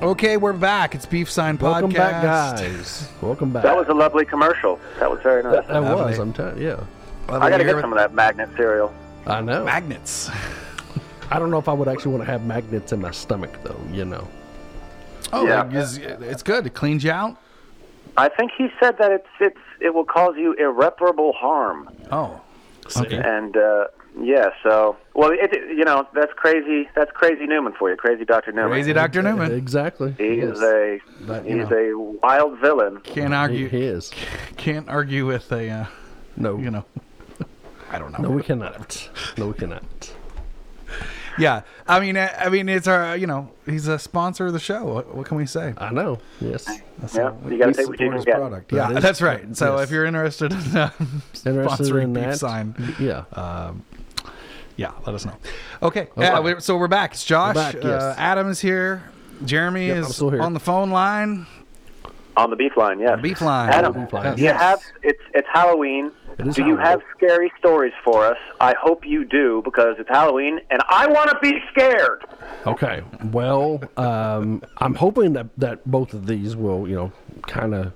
[SPEAKER 1] Okay, we're back. It's Beef Sign Podcast.
[SPEAKER 2] Welcome back, guys. Welcome back.
[SPEAKER 3] That was a lovely commercial. That was very nice.
[SPEAKER 2] That
[SPEAKER 1] Lovely.
[SPEAKER 2] was, I'm telling yeah.
[SPEAKER 3] I gotta get some of that magnet cereal.
[SPEAKER 2] I know.
[SPEAKER 1] Magnets.
[SPEAKER 2] I don't know if I would actually want to have magnets in my stomach, though, you know.
[SPEAKER 1] Oh,
[SPEAKER 3] Yeah.
[SPEAKER 1] like, is- it's good. It cleans you out.
[SPEAKER 3] I think he said that it's it's it will cause you irreparable harm.
[SPEAKER 1] Oh, okay.
[SPEAKER 3] And uh, yeah, so well, it, it- you know that's crazy. That's crazy Newman for you, crazy Doctor Newman.
[SPEAKER 1] Crazy Doctor Newman.
[SPEAKER 2] Exactly.
[SPEAKER 3] He
[SPEAKER 2] Yes.
[SPEAKER 3] is a
[SPEAKER 1] But, you
[SPEAKER 3] he's a wild villain.
[SPEAKER 1] Can't
[SPEAKER 2] He,
[SPEAKER 1] argue.
[SPEAKER 2] he is.
[SPEAKER 1] Can't argue with a. Uh,
[SPEAKER 2] No.
[SPEAKER 1] you know. I don't know.
[SPEAKER 2] No, we cannot. No, we cannot.
[SPEAKER 1] Yeah, I mean, I, I mean, it's our. You know, he's a sponsor of the show. What, what can we say?
[SPEAKER 2] I know. Yes.
[SPEAKER 3] Yeah, you gotta take what you can
[SPEAKER 1] his
[SPEAKER 3] get.
[SPEAKER 1] product. Yeah,
[SPEAKER 2] Uh, That is-
[SPEAKER 1] that's right. So
[SPEAKER 2] yes.
[SPEAKER 1] if you're interested in uh,
[SPEAKER 2] Interested
[SPEAKER 1] sponsoring
[SPEAKER 2] in
[SPEAKER 1] Beef
[SPEAKER 2] that?
[SPEAKER 1] Sign,
[SPEAKER 2] Yeah.
[SPEAKER 1] yeah, let us know. Okay, yeah,
[SPEAKER 2] right.
[SPEAKER 1] we- so we're back. It's Josh.
[SPEAKER 2] Oh, We're back,
[SPEAKER 1] uh,
[SPEAKER 2] yes.
[SPEAKER 1] Adam is here. Jeremy
[SPEAKER 2] Yep, I'm
[SPEAKER 1] is
[SPEAKER 2] still here.
[SPEAKER 1] on the phone line.
[SPEAKER 3] On the beef line, yes.
[SPEAKER 1] Beef line.
[SPEAKER 3] Adam,
[SPEAKER 2] Beef line.
[SPEAKER 3] do you have it's it's Halloween.
[SPEAKER 2] It is
[SPEAKER 3] do you
[SPEAKER 2] Halloween.
[SPEAKER 3] have scary stories for us? I hope you do because it's Halloween and I want to be scared.
[SPEAKER 2] Okay. Well, um, I'm hoping that, that both of these will, you know, kind of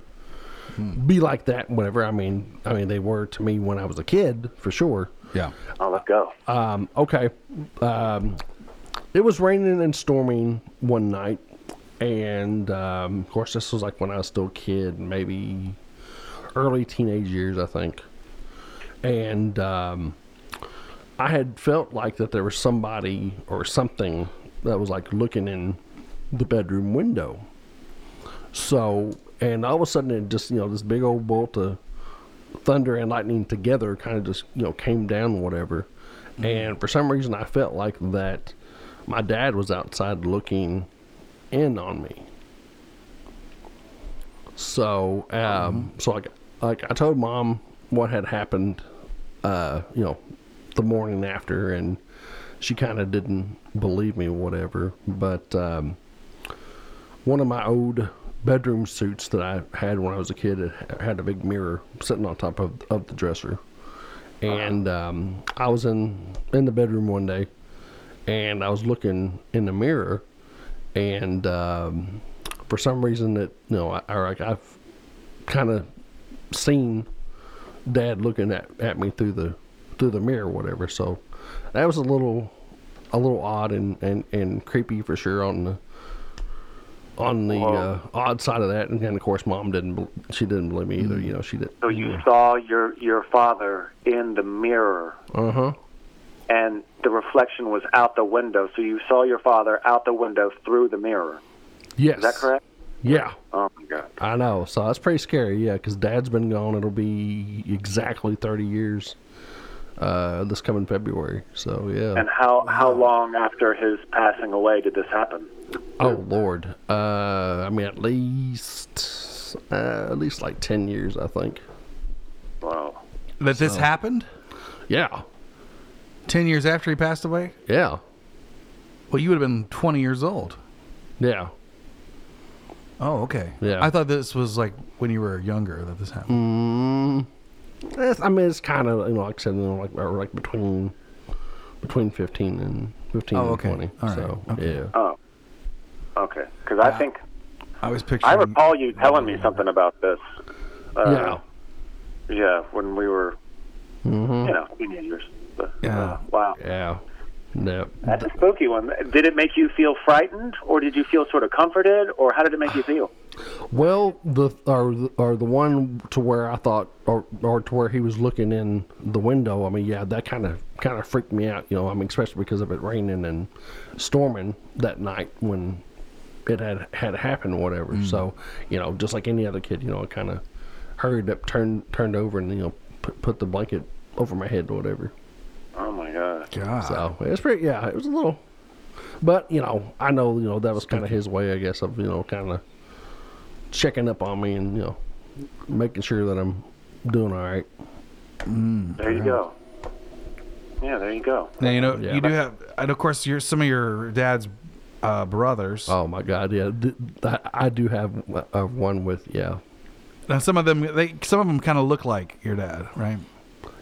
[SPEAKER 2] be like that. Whatever. I mean, I mean, they were to me when I was a kid for sure.
[SPEAKER 1] Yeah.
[SPEAKER 3] Oh, let's go.
[SPEAKER 2] Um, okay. Um, it was raining and storming one night, and um, of course, this was like when I was still a kid, maybe early teenage years, I think. And um, I had felt like that there was somebody or something that was like looking in the bedroom window. So, and all of a sudden, it just you know this big old bolt of thunder and lightning together kind of just you know came down or whatever and for some reason i felt like that my dad was outside looking in on me so um so like like i told mom what had happened uh you know the morning after and she kind of didn't believe me or whatever but um one of my old bedroom suits that I had when I was a kid. It had a big mirror sitting on top of, of the dresser, and um, I was in in the bedroom one day, and I was looking in the mirror, and um, for some reason that you know I, I like I've kind of seen Dad looking at, at me through the through the mirror, or whatever. So that was a little a little odd and, and, and creepy for sure on the on the uh, odd side of that, and then of course, mom didn't. bel- She didn't believe me either. You know, she did.
[SPEAKER 3] Mm-hmm. So you saw your your father in the mirror,
[SPEAKER 2] Uh huh.
[SPEAKER 3] and the reflection was out the window. So you saw your father out the window through the mirror.
[SPEAKER 2] Yes.
[SPEAKER 3] Is that correct?
[SPEAKER 2] Yeah,
[SPEAKER 3] Oh my God.
[SPEAKER 2] I know. So that's pretty scary. Yeah, because dad's been gone. It'll be exactly thirty years. Uh, this coming February. So yeah.
[SPEAKER 3] And how how long after his passing away did this happen?
[SPEAKER 2] Oh Lord. Uh, I mean, at least uh, at least like ten years, I think.
[SPEAKER 3] Wow.
[SPEAKER 1] That this happened
[SPEAKER 2] Yeah.
[SPEAKER 1] ten years after he passed away.
[SPEAKER 2] Yeah.
[SPEAKER 1] Well, you would have been twenty years old.
[SPEAKER 2] Yeah.
[SPEAKER 1] Oh, okay.
[SPEAKER 2] Yeah.
[SPEAKER 1] I thought this was like when you were younger that this happened.
[SPEAKER 2] Mm, It's, I mean, it's kind of you know, like I said, you know, like or like between between fifteen and fifteen
[SPEAKER 1] Oh, okay.
[SPEAKER 2] and twenty.
[SPEAKER 1] All right.
[SPEAKER 2] So
[SPEAKER 1] Okay.
[SPEAKER 2] yeah.
[SPEAKER 3] Oh. Okay. Because I think
[SPEAKER 2] Mm.
[SPEAKER 1] I was picturing.
[SPEAKER 3] I recall you telling me something about this.
[SPEAKER 2] yeah.
[SPEAKER 3] Uh, yeah. When we were, you know, teenagers. But, uh,
[SPEAKER 1] Yeah.
[SPEAKER 3] Wow.
[SPEAKER 2] Yeah. No.
[SPEAKER 3] That's a spooky one. Did it make you feel frightened, or did you feel sort of comforted, or how did it make you feel?
[SPEAKER 2] Well, the or the- or the one to where I thought or or to where he was looking in the window. I mean, yeah, that kind of kind of freaked me out. You know, I mean, especially because of it raining and storming that night when it had had happened, whatever. So, you know, just like any other kid, you know, I kind of hurried up, turned turned over, and you know, put, put the blanket over my head or whatever.
[SPEAKER 3] Oh my God.
[SPEAKER 1] God.
[SPEAKER 2] So it was pretty. Yeah, it was a little. But you know, I know you know that was kind of his way, I guess, of you know, kind of checking up on me and you know, making sure that I'm doing all right.
[SPEAKER 3] There you go. Yeah, there you go.
[SPEAKER 1] Now you know
[SPEAKER 2] Yeah,
[SPEAKER 1] you do
[SPEAKER 2] but-
[SPEAKER 1] have, and of course, your some of your dad's uh, brothers.
[SPEAKER 2] Oh my God, yeah, th- th- I do have uh, one with yeah,
[SPEAKER 1] Now some of them, they some of them kind of look like your dad, right?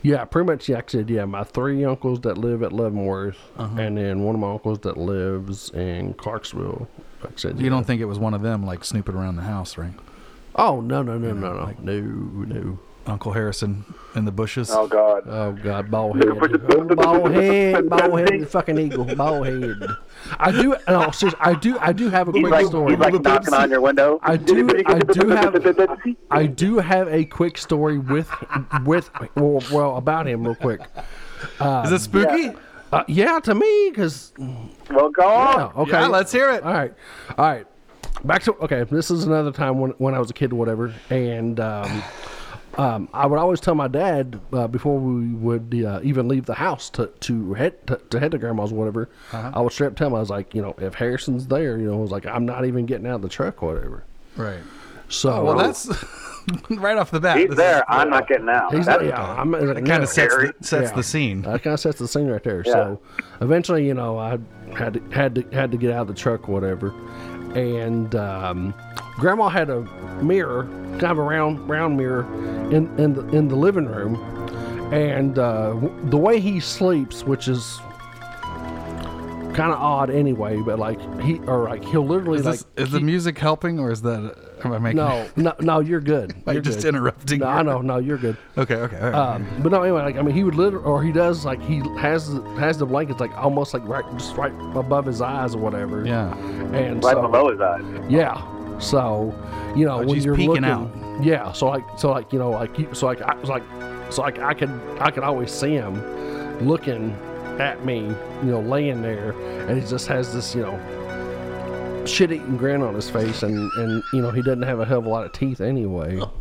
[SPEAKER 2] yeah, pretty much. Yeah, I said yeah, my three uncles that live at Leavenworth,
[SPEAKER 1] Uh-huh.
[SPEAKER 2] and then one of my uncles that lives in Clarksville. Like I said,
[SPEAKER 1] You
[SPEAKER 2] yeah.
[SPEAKER 1] don't think it was one of them like snooping around the house, right?
[SPEAKER 2] Oh no no no no no no no.
[SPEAKER 1] Uncle Harrison in the bushes.
[SPEAKER 5] Oh God.
[SPEAKER 3] Uh,
[SPEAKER 2] Oh God, bald head, Oh, bald head, bald head, the fucking eagle, bald head. I do. No, seriously, I do. I do have a quick
[SPEAKER 3] Like,
[SPEAKER 2] story.
[SPEAKER 3] he's like knocking on your window.
[SPEAKER 2] I do. I do have. I do have a quick story with with well, well about him real quick.
[SPEAKER 1] Is it spooky?
[SPEAKER 2] Uh, yeah, to me, because
[SPEAKER 3] Well, go on.
[SPEAKER 2] yeah, okay.
[SPEAKER 1] Yeah, let's hear it.
[SPEAKER 2] All right, all right. Back to okay. This is another time when when I was a kid, or whatever, and um, um, I would always tell my dad uh, before we would uh, even leave the house to to head to, to head to grandma's, or whatever.
[SPEAKER 1] Uh-huh.
[SPEAKER 2] I would straight up tell him I was like, you know, if Harrison's there, you know, I was like, I'm not even getting out of the truck, or whatever.
[SPEAKER 1] Right.
[SPEAKER 2] So
[SPEAKER 1] Oh, Well, that's right off the bat.
[SPEAKER 3] He's
[SPEAKER 1] this
[SPEAKER 3] there.
[SPEAKER 1] is-
[SPEAKER 3] I'm not getting out.
[SPEAKER 2] he's
[SPEAKER 3] That's-
[SPEAKER 2] like, yeah, I'm
[SPEAKER 1] It kind of sets, the, sets
[SPEAKER 2] Yeah. Uh,
[SPEAKER 1] the scene.
[SPEAKER 2] That kind of sets the scene right there. So eventually, you know, I had to, had to had to get out of the truck, or whatever. And um, Grandma had a mirror, kind of a round round mirror, in in the, in the living room. And uh, w- the way he sleeps, which is kind of odd anyway. But like he or like he'll literally
[SPEAKER 1] Is,
[SPEAKER 2] like
[SPEAKER 1] this, is the music helping, or is that am I making?
[SPEAKER 2] no no no you're good.
[SPEAKER 1] You're
[SPEAKER 2] You're
[SPEAKER 1] just
[SPEAKER 2] good.
[SPEAKER 1] interrupting.
[SPEAKER 2] No,
[SPEAKER 1] your-
[SPEAKER 2] I know no you're good.
[SPEAKER 1] Okay, okay. all right.
[SPEAKER 2] Um, but no, anyway, like I mean, he would literally, or he does, like he has has the blankets like almost like right, just right above his eyes or whatever.
[SPEAKER 1] yeah.
[SPEAKER 2] and
[SPEAKER 3] Right
[SPEAKER 2] so,
[SPEAKER 3] below his eyes.
[SPEAKER 2] Yeah, so you know
[SPEAKER 1] Oh,
[SPEAKER 2] when
[SPEAKER 1] she's
[SPEAKER 2] you're
[SPEAKER 1] peeking
[SPEAKER 2] looking,
[SPEAKER 1] out.
[SPEAKER 2] yeah. So like, so like you know, like you, so like I was like, so like I could I could always see him looking at me, you know, laying there, and he just has this you know shit-eating grin on his face, and and you know he doesn't have a hell of a lot of teeth anyway.
[SPEAKER 1] Oh,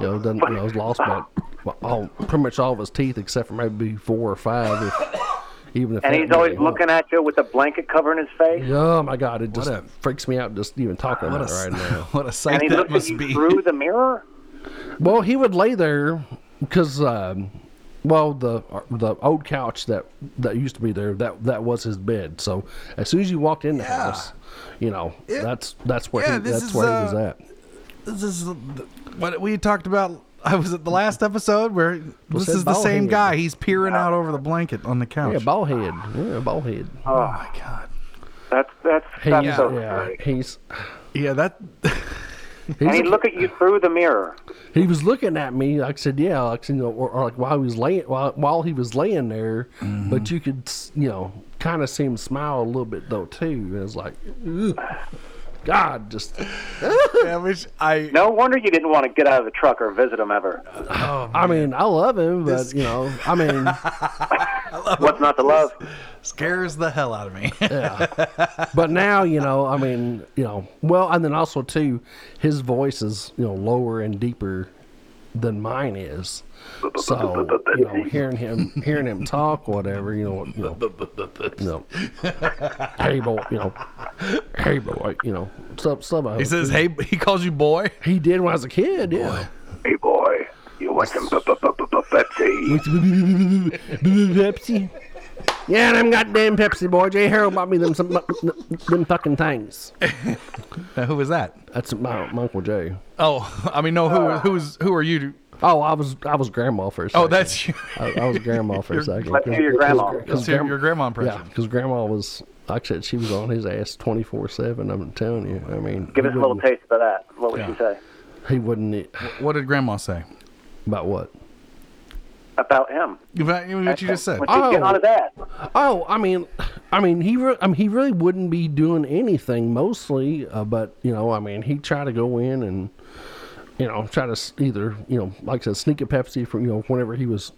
[SPEAKER 2] You know, doesn't, you know, he's lost about well, all, pretty much all of his teeth except for maybe four or five, if, even if.
[SPEAKER 3] And
[SPEAKER 2] that
[SPEAKER 3] he's always
[SPEAKER 2] really-
[SPEAKER 3] looking at you with a blanket covering his face.
[SPEAKER 2] Oh my god! It just
[SPEAKER 1] a-
[SPEAKER 2] freaks me out just even talking
[SPEAKER 1] What a
[SPEAKER 2] about it right now.
[SPEAKER 1] what a
[SPEAKER 3] And
[SPEAKER 1] sight
[SPEAKER 3] he
[SPEAKER 1] that
[SPEAKER 3] looks at
[SPEAKER 1] must
[SPEAKER 3] you
[SPEAKER 1] be.
[SPEAKER 3] through the mirror.
[SPEAKER 2] Well, he would lay there because, um, well, the the old couch that that used to be there that that was his bed. So as soon as you walked in the
[SPEAKER 1] Yeah.
[SPEAKER 2] house, you know
[SPEAKER 1] It-
[SPEAKER 2] that's that's where
[SPEAKER 1] yeah,
[SPEAKER 2] he,
[SPEAKER 1] this
[SPEAKER 2] that's
[SPEAKER 1] is,
[SPEAKER 2] where
[SPEAKER 1] uh,
[SPEAKER 2] he was at.
[SPEAKER 1] This is the- what we talked about. I was at the last episode where this
[SPEAKER 2] said
[SPEAKER 1] is the
[SPEAKER 2] bald
[SPEAKER 1] same
[SPEAKER 2] head.
[SPEAKER 1] guy. He's peering out over the blanket on the couch.
[SPEAKER 2] Yeah, ball head. Yeah, ball head.
[SPEAKER 1] oh my god.
[SPEAKER 3] That's that's
[SPEAKER 2] He's,
[SPEAKER 3] that's so
[SPEAKER 2] yeah,
[SPEAKER 3] scary.
[SPEAKER 2] he's,
[SPEAKER 1] Yeah, that
[SPEAKER 2] he's
[SPEAKER 3] And he'd look at you through the mirror.
[SPEAKER 2] he was looking at me. Like I said, yeah, like you know, or, or like while he was laying while, while he was laying there,
[SPEAKER 1] Mm-hmm.
[SPEAKER 2] but you could s- you know kind of see him smile a little bit though too. And it's like, ugh, God, just
[SPEAKER 1] I wish I
[SPEAKER 3] No wonder you didn't want to get out of the truck or visit him ever.
[SPEAKER 2] I mean, I love him, but you know, I mean,
[SPEAKER 3] What's not to love?
[SPEAKER 1] scares the hell out of me.
[SPEAKER 2] but now you know, I mean, you know, well, and then also too, his voice is you know lower and deeper than mine is. So you know, hearing him, hearing him talk, whatever, you know, you know, you know hey boy, you know, hey boy, you know, stuff, stuff.
[SPEAKER 1] he says, "Hey," he calls you boy.
[SPEAKER 2] he did when I was a kid, yeah.
[SPEAKER 3] Hey boy, you want some Pepsi?
[SPEAKER 2] Pepsi. Yeah, them goddamn Pepsi boy. Jay Harold bought me them some them fucking things.
[SPEAKER 1] Now, who was that?
[SPEAKER 2] That's my, my uncle Jay.
[SPEAKER 1] Oh, I mean, no. Who who's who are you? to-
[SPEAKER 2] Oh, I was I was grandma for a second.
[SPEAKER 1] Oh, that's you.
[SPEAKER 2] I, I was grandma for a second.
[SPEAKER 3] Let's hear your grandma.
[SPEAKER 1] That's your, your grandma impression.
[SPEAKER 2] Yeah, because grandma was like I said, she was on his ass twenty four seven. I'm telling you. I mean,
[SPEAKER 3] Give
[SPEAKER 2] he
[SPEAKER 3] us a little
[SPEAKER 2] wouldn't-
[SPEAKER 3] taste of that. What would she say
[SPEAKER 2] He wouldn't eat-
[SPEAKER 1] What did grandma say?
[SPEAKER 2] about what?
[SPEAKER 3] about him?
[SPEAKER 1] You- What you just said.
[SPEAKER 3] When she's
[SPEAKER 2] Oh.
[SPEAKER 3] getting out of that.
[SPEAKER 2] Oh, I mean, I mean, he, re- I mean, he really wouldn't be doing anything mostly, uh, but you know, I mean, he'd try to go in and, you know, try to s- either, you know, like I said, sneak a Pepsi from, you know, whenever he was,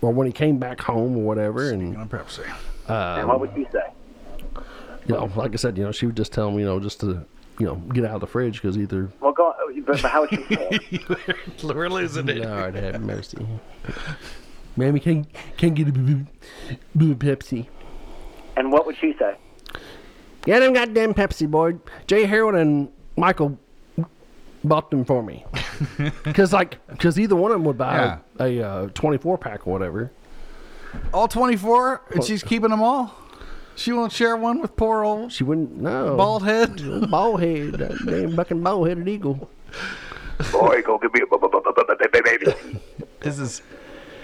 [SPEAKER 2] or when he came back home or whatever, and
[SPEAKER 1] Perhaps.
[SPEAKER 3] and what would you say?
[SPEAKER 2] you know, like I said, you know, she would just tell him, you know, just to, you know, get out of the fridge because either,
[SPEAKER 3] Well, go. But but how would she say? it?
[SPEAKER 1] We're losing it.
[SPEAKER 2] Lord have mercy, Mammy can can get a boo boo Pepsi.
[SPEAKER 3] And what would she say?
[SPEAKER 2] Yeah, them goddamn Pepsi, boy. Jay Harold and Michael bought them for me. Because like, because either one of them would buy a a twenty-four pack or whatever.
[SPEAKER 1] All 24, and she's keeping them all. She won't share one with poor old
[SPEAKER 2] She wouldn't. No,
[SPEAKER 1] bald head.
[SPEAKER 2] bald head, that damn fucking bald-headed eagle.
[SPEAKER 3] Boy, go give me a baby.
[SPEAKER 1] This is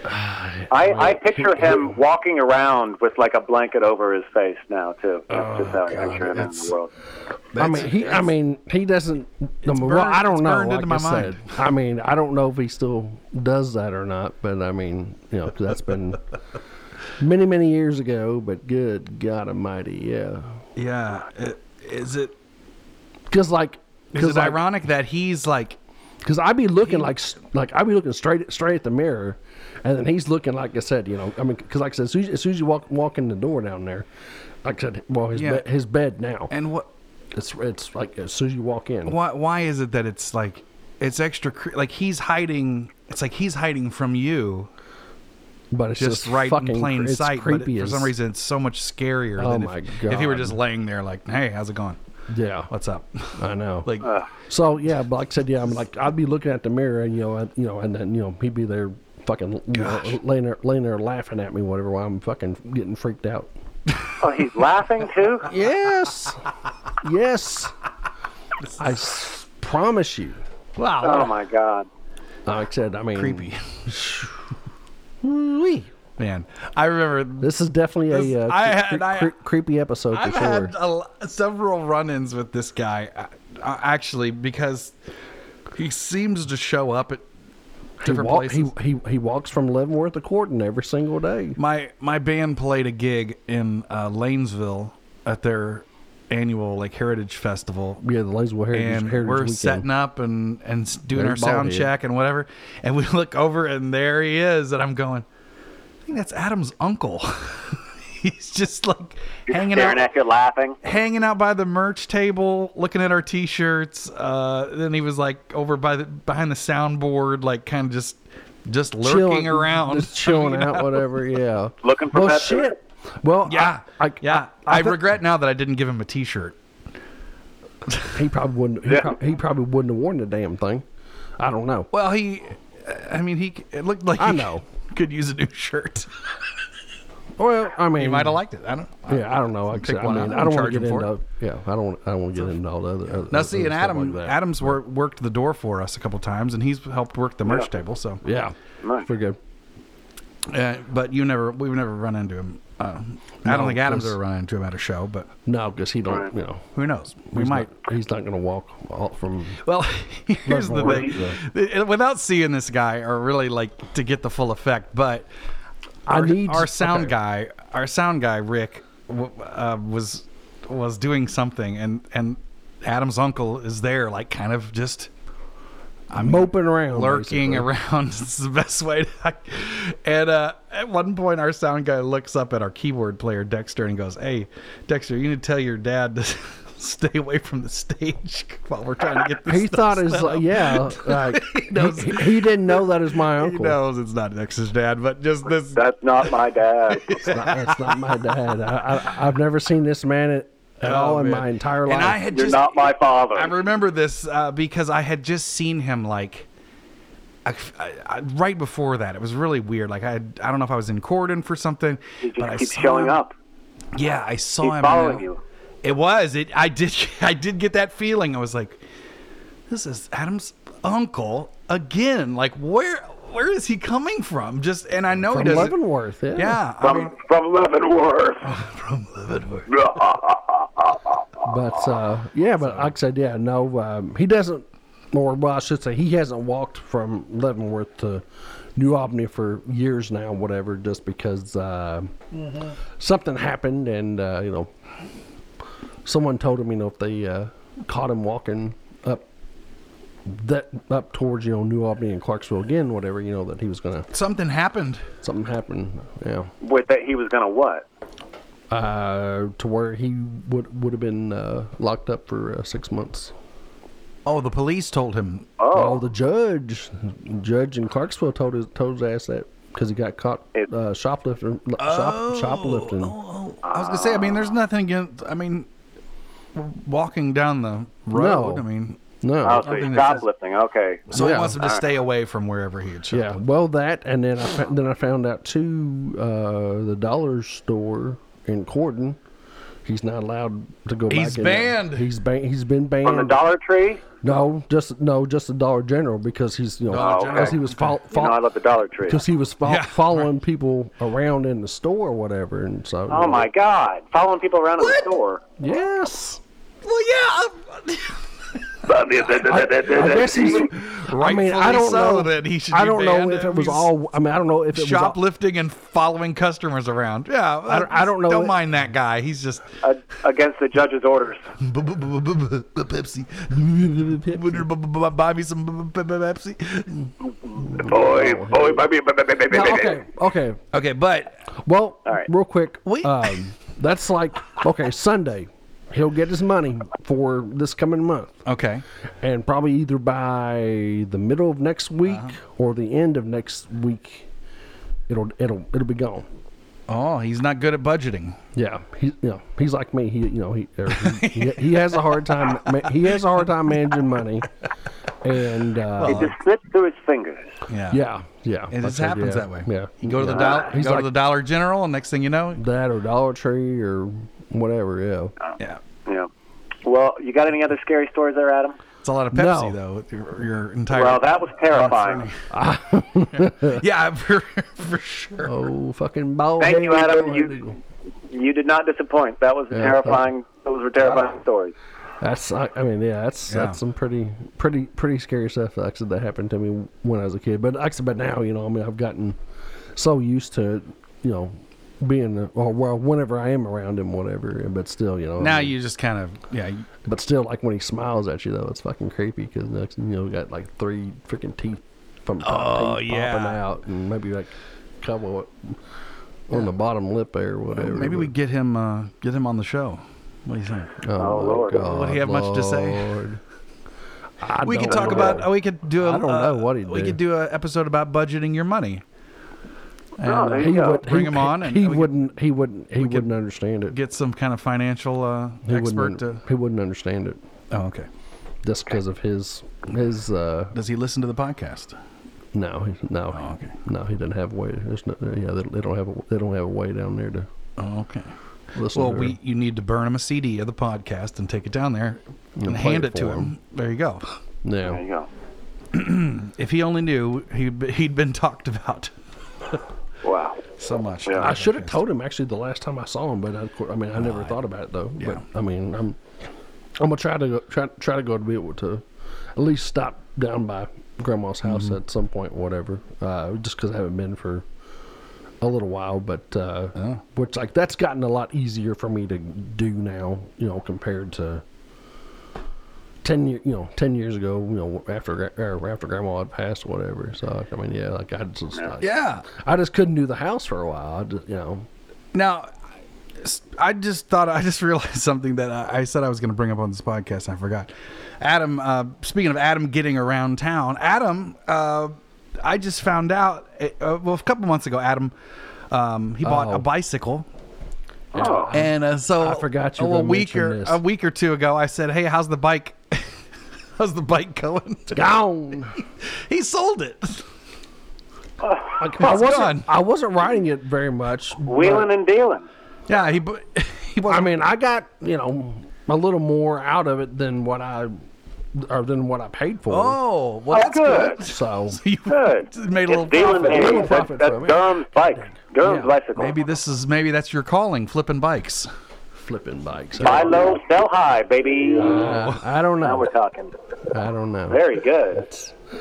[SPEAKER 3] I, I picture him walking around with like a blanket over his face now too. That's just how I picture him in
[SPEAKER 1] Oh, that's-
[SPEAKER 3] the world.
[SPEAKER 2] I mean, he. I mean, he doesn't. I mean, well,
[SPEAKER 1] burned-
[SPEAKER 2] I don't
[SPEAKER 1] it's
[SPEAKER 2] know.
[SPEAKER 1] burned
[SPEAKER 2] Like
[SPEAKER 1] into my
[SPEAKER 2] I said,
[SPEAKER 1] mind.
[SPEAKER 2] I mean, I don't know if he still does that or not. But I mean, you know, 'cause that's been many, many years ago. But good God Almighty, yeah.
[SPEAKER 1] yeah. It, is it
[SPEAKER 2] Because like,
[SPEAKER 1] is
[SPEAKER 2] because
[SPEAKER 1] it
[SPEAKER 2] like,
[SPEAKER 1] ironic that he's like
[SPEAKER 2] Because I'd be looking like like I'd be looking straight straight at the mirror, and then he's looking like I said, you know, I mean, because like I said, as soon as, as soon as you walk walk in the door down there, like I said, well, his
[SPEAKER 1] Yeah.
[SPEAKER 2] bed, his bed now,
[SPEAKER 1] and what
[SPEAKER 2] it's it's like as soon as you walk in,
[SPEAKER 1] why why is it that it's like it's extra cre- like he's hiding it's like he's hiding from you
[SPEAKER 2] but it's
[SPEAKER 1] just
[SPEAKER 2] just,
[SPEAKER 1] right in
[SPEAKER 2] fucking,
[SPEAKER 1] plain
[SPEAKER 2] cre- it's
[SPEAKER 1] sight but
[SPEAKER 2] creepy
[SPEAKER 1] it- for
[SPEAKER 2] as-
[SPEAKER 1] some reason it's so much scarier
[SPEAKER 2] Oh
[SPEAKER 1] than
[SPEAKER 2] my
[SPEAKER 1] if, if he were
[SPEAKER 2] God.
[SPEAKER 1] just laying there like hey how's it going
[SPEAKER 2] yeah,
[SPEAKER 1] what's up
[SPEAKER 2] I know.
[SPEAKER 1] like
[SPEAKER 2] so yeah, but like I said, yeah, I'm like I'd be looking at the mirror, and you know, and, you know, and then you know he'd be there, fucking you know, laying there laying there laughing at me, whatever, while I'm fucking getting freaked out.
[SPEAKER 3] Oh, he's laughing too.
[SPEAKER 2] Yes. yes. I s- promise you.
[SPEAKER 1] wow
[SPEAKER 3] Oh my God.
[SPEAKER 2] Like I said, I mean,
[SPEAKER 1] creepy
[SPEAKER 2] wee.
[SPEAKER 1] Man, I remember
[SPEAKER 2] This is definitely
[SPEAKER 1] This-
[SPEAKER 2] a uh,
[SPEAKER 1] I
[SPEAKER 2] cre-
[SPEAKER 1] had-
[SPEAKER 2] cre-
[SPEAKER 1] I-
[SPEAKER 2] cre- creepy episode for
[SPEAKER 1] I've
[SPEAKER 2] sure.
[SPEAKER 1] had a, l- several run-ins with this guy, uh, uh, actually, because he seems to show up at different
[SPEAKER 2] walk-
[SPEAKER 1] places.
[SPEAKER 2] He, he, he walks from Leavenworth to Corton every single day.
[SPEAKER 1] my my band played a gig in uh, Lanesville at their annual like Heritage Festival,
[SPEAKER 2] Yeah, the Lanesville Heritage,
[SPEAKER 1] and
[SPEAKER 2] Heritage
[SPEAKER 1] we're
[SPEAKER 2] Weekend.
[SPEAKER 1] setting up and and s- doing
[SPEAKER 2] There's
[SPEAKER 1] our sound
[SPEAKER 2] Baldhead.
[SPEAKER 1] check and whatever, and we look over and there he is, and I'm going, I think that's Adam's uncle. He's just like hanging out
[SPEAKER 3] staring at you, laughing.
[SPEAKER 1] hanging out by the merch table, looking at our t-shirts. Uh, then he was like over by the behind the soundboard, like kind of just just lurking
[SPEAKER 2] Chilling-
[SPEAKER 1] around,
[SPEAKER 2] just chilling
[SPEAKER 1] You know?
[SPEAKER 2] out, whatever. Yeah.
[SPEAKER 3] Looking for
[SPEAKER 2] well,
[SPEAKER 3] Pepsi.
[SPEAKER 2] shit. Well,
[SPEAKER 1] Yeah,
[SPEAKER 2] I, I,
[SPEAKER 1] yeah. I,
[SPEAKER 2] I, think
[SPEAKER 1] regret now that I didn't give him a t-shirt.
[SPEAKER 2] he probably wouldn't. He, prob- he probably wouldn't have worn the damn thing. I don't know.
[SPEAKER 1] Well, he, I mean, he it looked like
[SPEAKER 2] I
[SPEAKER 1] he
[SPEAKER 2] know.
[SPEAKER 1] could use a new shirt.
[SPEAKER 2] Well, I mean,
[SPEAKER 1] He might have liked it. I don't. know.
[SPEAKER 2] Yeah, I don't know. I,
[SPEAKER 1] Pick
[SPEAKER 2] I
[SPEAKER 1] one up
[SPEAKER 2] mean, I
[SPEAKER 1] and
[SPEAKER 2] don't want
[SPEAKER 1] charge
[SPEAKER 2] to get
[SPEAKER 1] him for
[SPEAKER 2] into. Yeah, I don't. I don't want to get into all the other. other
[SPEAKER 1] Now, see,
[SPEAKER 2] other
[SPEAKER 1] and
[SPEAKER 2] stuff
[SPEAKER 1] Adam,
[SPEAKER 2] like that.
[SPEAKER 1] Adam's wor- worked the door for us a couple times, and he's helped work the merch table. So,
[SPEAKER 2] Yeah,
[SPEAKER 3] Nice.
[SPEAKER 2] pretty good.
[SPEAKER 1] uh, but you never, we've never run into him. Uh, I don't
[SPEAKER 2] No,
[SPEAKER 1] think Adam's
[SPEAKER 2] 'cause-
[SPEAKER 1] ever run into him at a show, but
[SPEAKER 2] No, because he don't.
[SPEAKER 3] Right.
[SPEAKER 2] You know,
[SPEAKER 1] who knows? We
[SPEAKER 2] he's
[SPEAKER 1] might.
[SPEAKER 2] not- he's not going to walk all from.
[SPEAKER 1] Well, here's the
[SPEAKER 2] Level
[SPEAKER 1] thing. It- Without seeing this guy, or really like to get the full effect, but
[SPEAKER 2] I
[SPEAKER 1] our,
[SPEAKER 2] need
[SPEAKER 1] our sound
[SPEAKER 2] okay.
[SPEAKER 1] guy, our sound guy Rick, w- uh, was was doing something, and and Adam's uncle is there, like kind of just
[SPEAKER 2] moping around,
[SPEAKER 1] lurking
[SPEAKER 2] Oh, basically.
[SPEAKER 1] around. It's the best way. To, and uh, at one point, our sound guy looks up at our keyboard player Dexter and goes, "Hey, Dexter, you need to tell your dad to." Stay away from the stage while we're trying to get this
[SPEAKER 2] He
[SPEAKER 1] stuff
[SPEAKER 2] thought it was
[SPEAKER 1] set
[SPEAKER 2] like,
[SPEAKER 1] up."
[SPEAKER 2] yeah, like he, he, he didn't know that is my
[SPEAKER 1] He
[SPEAKER 2] uncle.
[SPEAKER 1] knows it's not Dexter's dad, but just this.
[SPEAKER 3] That's not my dad.
[SPEAKER 2] That's not my dad. I, I, I've never seen this man at, at
[SPEAKER 1] Oh,
[SPEAKER 2] all in
[SPEAKER 1] man.
[SPEAKER 2] my entire life.
[SPEAKER 1] And I had
[SPEAKER 3] You're
[SPEAKER 1] just.
[SPEAKER 3] not my father.
[SPEAKER 1] I remember this uh, because I had just seen him like. I, I, I- right before that, it was really weird. Like I, had, I don't know if I was in Corden for something.
[SPEAKER 3] he
[SPEAKER 1] but I
[SPEAKER 3] just keeps
[SPEAKER 1] saw
[SPEAKER 3] showing
[SPEAKER 1] him-
[SPEAKER 3] up.
[SPEAKER 1] Yeah, I saw
[SPEAKER 3] He's
[SPEAKER 1] him. and
[SPEAKER 3] following
[SPEAKER 1] I-
[SPEAKER 3] you.
[SPEAKER 1] It was. It. I did. I did get that feeling. I was like, "This is Adam's uncle again." Like, where, where is he coming from? Just, and I know
[SPEAKER 2] from
[SPEAKER 1] he doesn't.
[SPEAKER 2] Leavenworth. Yeah.
[SPEAKER 1] Yeah, I
[SPEAKER 3] From,
[SPEAKER 1] mean,
[SPEAKER 3] from Leavenworth.
[SPEAKER 1] from Leavenworth.
[SPEAKER 2] But uh, yeah, but like I said, yeah, no, um, he doesn't. Or well, I should say he hasn't walked from Leavenworth to New Albany for years now, whatever, just because uh,
[SPEAKER 1] Mm-hmm.
[SPEAKER 2] something happened and uh, you know someone told him, you know, if they uh, caught him walking up that up towards you know New Albany and Clarksville again, whatever, you know, that he was gonna
[SPEAKER 1] Something happened.
[SPEAKER 2] something happened, yeah,
[SPEAKER 3] With that, he was going to what?
[SPEAKER 2] uh, to where he would would have been uh, locked up for uh, six months.
[SPEAKER 1] Oh, the police told him.
[SPEAKER 2] Oh,
[SPEAKER 3] Oh,
[SPEAKER 2] the judge, judge in Clarksville told his told his ass that because he got caught
[SPEAKER 3] It-
[SPEAKER 2] uh, shoplifting. shop, shoplifting.
[SPEAKER 1] Oh, I was gonna say. I mean, there's nothing against. I mean, walking down the road.
[SPEAKER 2] No.
[SPEAKER 1] I mean,
[SPEAKER 2] No.
[SPEAKER 3] oh, so
[SPEAKER 1] I
[SPEAKER 3] he's
[SPEAKER 1] think that's-
[SPEAKER 3] shoplifting. Okay.
[SPEAKER 1] so he
[SPEAKER 2] Yeah.
[SPEAKER 1] wants him to stay away from wherever he had
[SPEAKER 2] yeah.
[SPEAKER 1] shoplifted.
[SPEAKER 2] Well, that and then I fo- then I found out too. Uh, the dollar store in Corden, he's not allowed to go
[SPEAKER 1] He's
[SPEAKER 2] back. in
[SPEAKER 1] banned.
[SPEAKER 2] there. He's ban- He's been banned.
[SPEAKER 3] From the Dollar Tree?
[SPEAKER 2] no, just no, just the Dollar General because he's you know
[SPEAKER 1] Dollar
[SPEAKER 2] because
[SPEAKER 1] General.
[SPEAKER 2] he was fol-
[SPEAKER 3] You know, I
[SPEAKER 2] fol-
[SPEAKER 3] love the Dollar Tree.
[SPEAKER 2] because he was fol-
[SPEAKER 1] Yeah,
[SPEAKER 2] following people around in the store or whatever, and so.
[SPEAKER 3] Oh, my God. Following people around in the store.
[SPEAKER 2] Yes.
[SPEAKER 1] Well, yeah. uh,
[SPEAKER 2] I guess he's. I mean, I
[SPEAKER 1] Rightfully so
[SPEAKER 2] don't know
[SPEAKER 1] that he should
[SPEAKER 2] I
[SPEAKER 1] be
[SPEAKER 2] don't know
[SPEAKER 1] banned.
[SPEAKER 2] if it was
[SPEAKER 1] He's
[SPEAKER 2] all. I mean, I don't know if it was.
[SPEAKER 1] Shoplifting and following customers around. Yeah, I
[SPEAKER 2] don't- I don't know
[SPEAKER 1] Don't
[SPEAKER 2] it.
[SPEAKER 1] mind that guy. He's just
[SPEAKER 3] Uh, against the judge's orders.
[SPEAKER 1] Pepsi. Would you bu- bu- bu- buy me some bu- bu- bu- Pepsi?
[SPEAKER 3] Boy,
[SPEAKER 1] Oh,
[SPEAKER 3] boy, baby, baby, baby,
[SPEAKER 2] All,
[SPEAKER 3] baby,
[SPEAKER 2] no, okay. Okay.
[SPEAKER 1] Okay, but
[SPEAKER 2] Well,
[SPEAKER 3] right.
[SPEAKER 2] real quick.
[SPEAKER 1] We-
[SPEAKER 2] Um, that's like okay. Sunday, he'll get his money for this coming month,
[SPEAKER 1] okay.
[SPEAKER 2] and probably either by the middle of next week or the end of next week, it'll it'll it'll be gone.
[SPEAKER 1] Oh, he's not good at budgeting.
[SPEAKER 2] Yeah, he, you know, he's like me. He, you know, he, or he, he he has a hard time. ma- He has a hard time managing money, and uh,
[SPEAKER 3] It just slipped through his fingers.
[SPEAKER 1] Yeah.
[SPEAKER 2] yeah, yeah,
[SPEAKER 1] It
[SPEAKER 2] like I
[SPEAKER 1] just
[SPEAKER 2] said,
[SPEAKER 1] happens
[SPEAKER 2] yeah,
[SPEAKER 1] that way.
[SPEAKER 2] Yeah,
[SPEAKER 1] You go to the
[SPEAKER 2] Yeah.
[SPEAKER 1] dollar, you
[SPEAKER 2] He's
[SPEAKER 1] go
[SPEAKER 2] like
[SPEAKER 1] to the Dollar General, and next thing you know,
[SPEAKER 2] that or Dollar Tree or whatever. Yeah,
[SPEAKER 1] yeah.
[SPEAKER 3] Yeah. Well, you got any other scary stories there, Adam?
[SPEAKER 1] It's a lot of Pepsi, though. Your, your entire.
[SPEAKER 3] Well, that was terrifying.
[SPEAKER 1] yeah, for, for sure.
[SPEAKER 2] Oh, fucking ball.
[SPEAKER 3] Thank
[SPEAKER 2] head
[SPEAKER 3] you, Adam.
[SPEAKER 2] going.
[SPEAKER 3] You, you did not disappoint. That was
[SPEAKER 2] Yeah.
[SPEAKER 3] terrifying. Those were terrifying stories.
[SPEAKER 2] That's I, I mean yeah that's
[SPEAKER 1] Yeah.
[SPEAKER 2] that's some pretty pretty pretty scary stuff like I said, that happened to me when I was a kid but like I said, but now you know I mean I've gotten so used to it you know being or well whenever I am around him whatever but still you know I
[SPEAKER 1] Now
[SPEAKER 2] mean,
[SPEAKER 1] you just kind of yeah. you-
[SPEAKER 2] but still like when he smiles at you though it's fucking creepy because next you know you got like three freaking teeth from the top
[SPEAKER 1] Oh,
[SPEAKER 2] teeth
[SPEAKER 1] yeah.
[SPEAKER 2] popping out and maybe like a couple of- on the bottom lip there or whatever
[SPEAKER 1] Maybe we
[SPEAKER 2] but-
[SPEAKER 1] get him uh, get him on the show. What do you think?
[SPEAKER 2] oh, my
[SPEAKER 3] Lord.
[SPEAKER 2] God,
[SPEAKER 1] Would he have much to say?
[SPEAKER 2] Lord. I
[SPEAKER 1] we could
[SPEAKER 2] don't
[SPEAKER 1] talk
[SPEAKER 2] know.
[SPEAKER 1] about. We could do. I
[SPEAKER 2] I don't know what he'd
[SPEAKER 1] We
[SPEAKER 2] do.
[SPEAKER 1] could do an episode about budgeting your money. And
[SPEAKER 3] Oh,
[SPEAKER 1] uh,
[SPEAKER 3] there
[SPEAKER 2] he
[SPEAKER 3] you go.
[SPEAKER 2] would
[SPEAKER 1] Bring
[SPEAKER 2] he,
[SPEAKER 1] him on and
[SPEAKER 2] he
[SPEAKER 1] we could-
[SPEAKER 2] wouldn't. He wouldn't. He
[SPEAKER 1] could
[SPEAKER 2] wouldn't understand it.
[SPEAKER 1] get some kind of financial uh,
[SPEAKER 2] he
[SPEAKER 1] expert
[SPEAKER 2] wouldn't,
[SPEAKER 1] to.
[SPEAKER 2] He wouldn't understand it
[SPEAKER 1] Oh, okay.
[SPEAKER 2] just because of his his. Uh,
[SPEAKER 1] Does he listen to the podcast?
[SPEAKER 2] no, he- no,
[SPEAKER 1] Oh, okay.
[SPEAKER 2] no. He doesn't have way. There's no, yeah, they, they don't have. A, they don't have a way down there to
[SPEAKER 1] Oh, okay.
[SPEAKER 2] listen.
[SPEAKER 1] Well,
[SPEAKER 2] to
[SPEAKER 1] we you need to burn him a CD of the podcast and take it down there and,
[SPEAKER 2] And play
[SPEAKER 1] hand
[SPEAKER 2] it
[SPEAKER 1] it to
[SPEAKER 2] for
[SPEAKER 1] him.
[SPEAKER 2] him.
[SPEAKER 1] There you go.
[SPEAKER 3] There you
[SPEAKER 2] no.
[SPEAKER 3] go.
[SPEAKER 1] If he only knew, he'd be- he'd been talked about
[SPEAKER 3] Wow.
[SPEAKER 1] so much.
[SPEAKER 3] Yeah.
[SPEAKER 2] I should have told him actually the last time I saw him, but I, of course- I mean I never thought about it though.
[SPEAKER 1] yeah.
[SPEAKER 2] But I mean I'm I'm gonna try to go, try try to go to be able to at least stop down by grandma's house at some point, whatever. Uh, just because I haven't been for a little while, but uh,
[SPEAKER 1] Oh.
[SPEAKER 2] which like that's gotten a lot easier for me to do now, you know, compared to. Ten year, you know, ten years ago, you know, after gra- or after Grandma had passed, or whatever. So like, I mean, yeah, like I just, I,
[SPEAKER 1] Yeah.
[SPEAKER 2] I just couldn't do the house for a while. I just, you know,
[SPEAKER 1] Now, I just thought I just realized something that I, I said I was going to bring up on this podcast. And I forgot. Adam. Uh, speaking of Adam getting around town, Adam. Uh, I just found out. Uh, well, a couple months ago, Adam. Um, he bought
[SPEAKER 2] Oh.
[SPEAKER 1] a bicycle.
[SPEAKER 3] Oh.
[SPEAKER 1] And uh, so
[SPEAKER 2] I forgot you
[SPEAKER 1] a
[SPEAKER 2] were gonna
[SPEAKER 1] week or
[SPEAKER 2] mention this.
[SPEAKER 1] a week or two ago, I said, "Hey, how's the bike? how's the bike going?"
[SPEAKER 2] gone.
[SPEAKER 1] he sold it.
[SPEAKER 2] I, I wasn't.
[SPEAKER 1] gone.
[SPEAKER 2] I wasn't riding it very much.
[SPEAKER 3] Wheeling and dealing.
[SPEAKER 1] Yeah, he bu- he
[SPEAKER 2] but, I
[SPEAKER 1] wasn't.
[SPEAKER 2] mean, I got you know a little more out of it than what I or than what I paid for.
[SPEAKER 1] oh, well, that's
[SPEAKER 3] good.
[SPEAKER 1] good.
[SPEAKER 2] So
[SPEAKER 1] You
[SPEAKER 3] Good.
[SPEAKER 1] made a little
[SPEAKER 3] It's dealing
[SPEAKER 1] profit.
[SPEAKER 2] Little
[SPEAKER 3] days. That's,
[SPEAKER 2] profit
[SPEAKER 3] that's
[SPEAKER 2] from it.
[SPEAKER 3] Durham's bike. Durham's
[SPEAKER 2] Yeah.
[SPEAKER 3] bicycle.
[SPEAKER 1] Maybe this is maybe that's your calling, flipping bikes.
[SPEAKER 2] flipping bikes.
[SPEAKER 3] Buy low, sell high, baby.
[SPEAKER 2] Uh, I don't
[SPEAKER 3] Now
[SPEAKER 2] know.
[SPEAKER 3] we're talking.
[SPEAKER 2] I don't know.
[SPEAKER 3] Very good.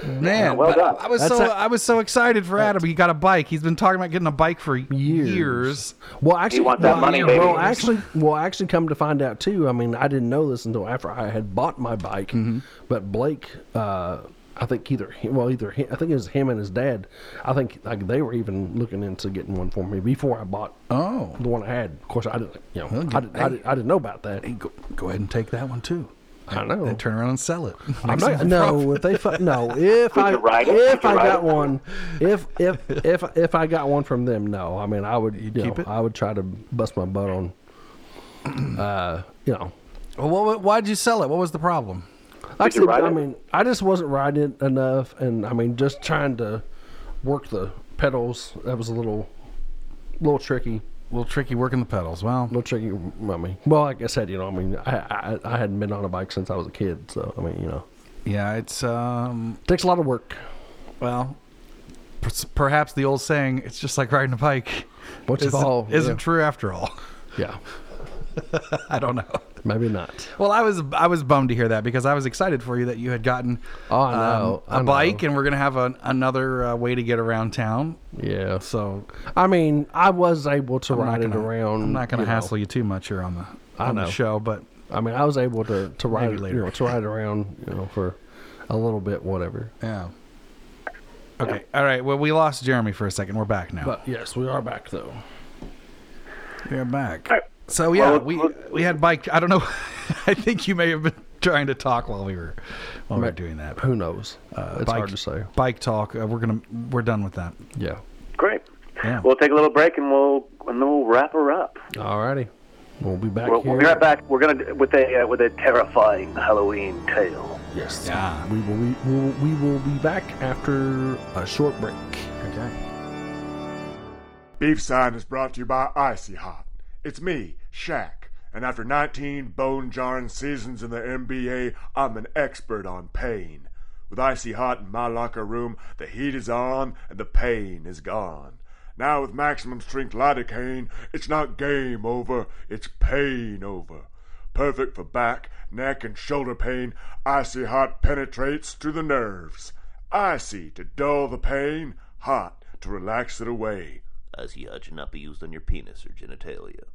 [SPEAKER 1] Man,
[SPEAKER 3] well
[SPEAKER 1] but
[SPEAKER 3] done.
[SPEAKER 1] I was
[SPEAKER 2] That's
[SPEAKER 1] so
[SPEAKER 2] a-
[SPEAKER 1] I was so excited for Adam. He got a bike. He's been talking about getting a bike for years.
[SPEAKER 2] Years. Well, actually,
[SPEAKER 3] want that
[SPEAKER 2] well,
[SPEAKER 3] money,
[SPEAKER 2] yeah,
[SPEAKER 3] baby.
[SPEAKER 2] well, actually, well, actually, come to find out too. I mean, I didn't know this until after I had bought my bike.
[SPEAKER 3] Mm-hmm.
[SPEAKER 2] But Blake, uh, I think either he- well, either he, I think it was him and his dad. I think like they were even looking into getting one for me before I bought
[SPEAKER 1] Oh,
[SPEAKER 2] the one I had. Of course, I didn't. You know,
[SPEAKER 1] Well,
[SPEAKER 2] I, didn't, I, didn't, I didn't know about that.
[SPEAKER 1] Hey, go, go ahead and take that one too.
[SPEAKER 2] I know.
[SPEAKER 1] And turn around and sell it. Make
[SPEAKER 2] I'm not,
[SPEAKER 1] some profit.
[SPEAKER 2] no, if they fu- no, if I
[SPEAKER 3] you ride it?
[SPEAKER 2] if
[SPEAKER 3] Could
[SPEAKER 2] I
[SPEAKER 3] you ride
[SPEAKER 2] got
[SPEAKER 3] it?
[SPEAKER 2] one, if if if if I got one from them, no. I mean, I would you
[SPEAKER 1] keep
[SPEAKER 2] know,
[SPEAKER 1] it?
[SPEAKER 2] I would try to bust my butt on. Uh, you know,
[SPEAKER 1] Well, what, why'd you sell it? What was the problem?
[SPEAKER 2] actually,
[SPEAKER 3] ride
[SPEAKER 2] I
[SPEAKER 3] it?
[SPEAKER 2] mean, I just wasn't riding it enough, and I mean, just trying to work the pedals that was a little, little tricky.
[SPEAKER 1] A little tricky working the pedals. Well,
[SPEAKER 2] No tricky, I mean, well, like I said, you know, I mean, I, I I hadn't been on a bike since I was a kid, so I mean, you know,
[SPEAKER 1] yeah, it's um,
[SPEAKER 2] takes a lot of work.
[SPEAKER 1] well, per- perhaps the old saying, "It's just like riding a bike,"
[SPEAKER 2] Once you
[SPEAKER 1] isn't,
[SPEAKER 2] fall,
[SPEAKER 1] isn't
[SPEAKER 2] yeah.
[SPEAKER 1] true after all.
[SPEAKER 2] Yeah,
[SPEAKER 1] I don't know.
[SPEAKER 2] maybe not.
[SPEAKER 1] Well, I was I was bummed to hear that because I was excited for you that you had gotten um,
[SPEAKER 2] Oh, I know,
[SPEAKER 1] a
[SPEAKER 2] I know.
[SPEAKER 1] bike, and we're gonna have an, another uh, way to get around town.
[SPEAKER 2] Yeah.
[SPEAKER 1] So
[SPEAKER 2] I mean, I was able to
[SPEAKER 1] I'm not
[SPEAKER 2] ride
[SPEAKER 1] gonna-
[SPEAKER 2] it around.
[SPEAKER 1] I'm not gonna
[SPEAKER 2] you know.
[SPEAKER 1] hassle you too much here on the
[SPEAKER 2] I
[SPEAKER 1] on the
[SPEAKER 2] know.
[SPEAKER 1] show, but
[SPEAKER 2] I mean, I was able to to ride
[SPEAKER 1] Maybe
[SPEAKER 2] it,
[SPEAKER 1] later.
[SPEAKER 2] you know, to ride around, you know, for a little bit, whatever.
[SPEAKER 1] yeah. Okay. All right. Well, we lost Jeremy for a second. We're back now.
[SPEAKER 2] But yes, we are back though.
[SPEAKER 1] We're back. So yeah,
[SPEAKER 3] Well,
[SPEAKER 1] we
[SPEAKER 3] look-
[SPEAKER 1] we had bike. I don't know. I think you may have been trying to talk while we were while we were
[SPEAKER 2] Right.
[SPEAKER 1] doing that. uh,
[SPEAKER 2] Who knows? it's
[SPEAKER 1] bike,
[SPEAKER 2] hard to say.
[SPEAKER 1] Bike talk. Uh, we're gonna we're done with that.
[SPEAKER 2] Yeah.
[SPEAKER 3] Great.
[SPEAKER 1] Yeah.
[SPEAKER 3] We'll take a little break and we'll and then we'll wrap her up.
[SPEAKER 2] Alrighty. We'll be back
[SPEAKER 3] We'll,
[SPEAKER 2] here.
[SPEAKER 3] we'll be right back. We're gonna with a uh, with a terrifying Halloween tale.
[SPEAKER 2] Yes.
[SPEAKER 1] Yeah.
[SPEAKER 2] We will. We will. We will be back after a short break.
[SPEAKER 1] Okay.
[SPEAKER 8] Beef Sign is brought to you by Icy Hot. It's me, Shaq, and after 19 bone jarring seasons in the NBA, I'm an expert on pain. With Icy Hot in my locker room, the heat is on and the pain is gone. Now with maximum strength lidocaine, it's not game over, it's pain over. Perfect for back, neck, and shoulder pain, Icy Hot penetrates to the nerves. Icy to dull the pain, hot to relax it away.
[SPEAKER 9] Icy Hot should not be used on your penis or genitalia.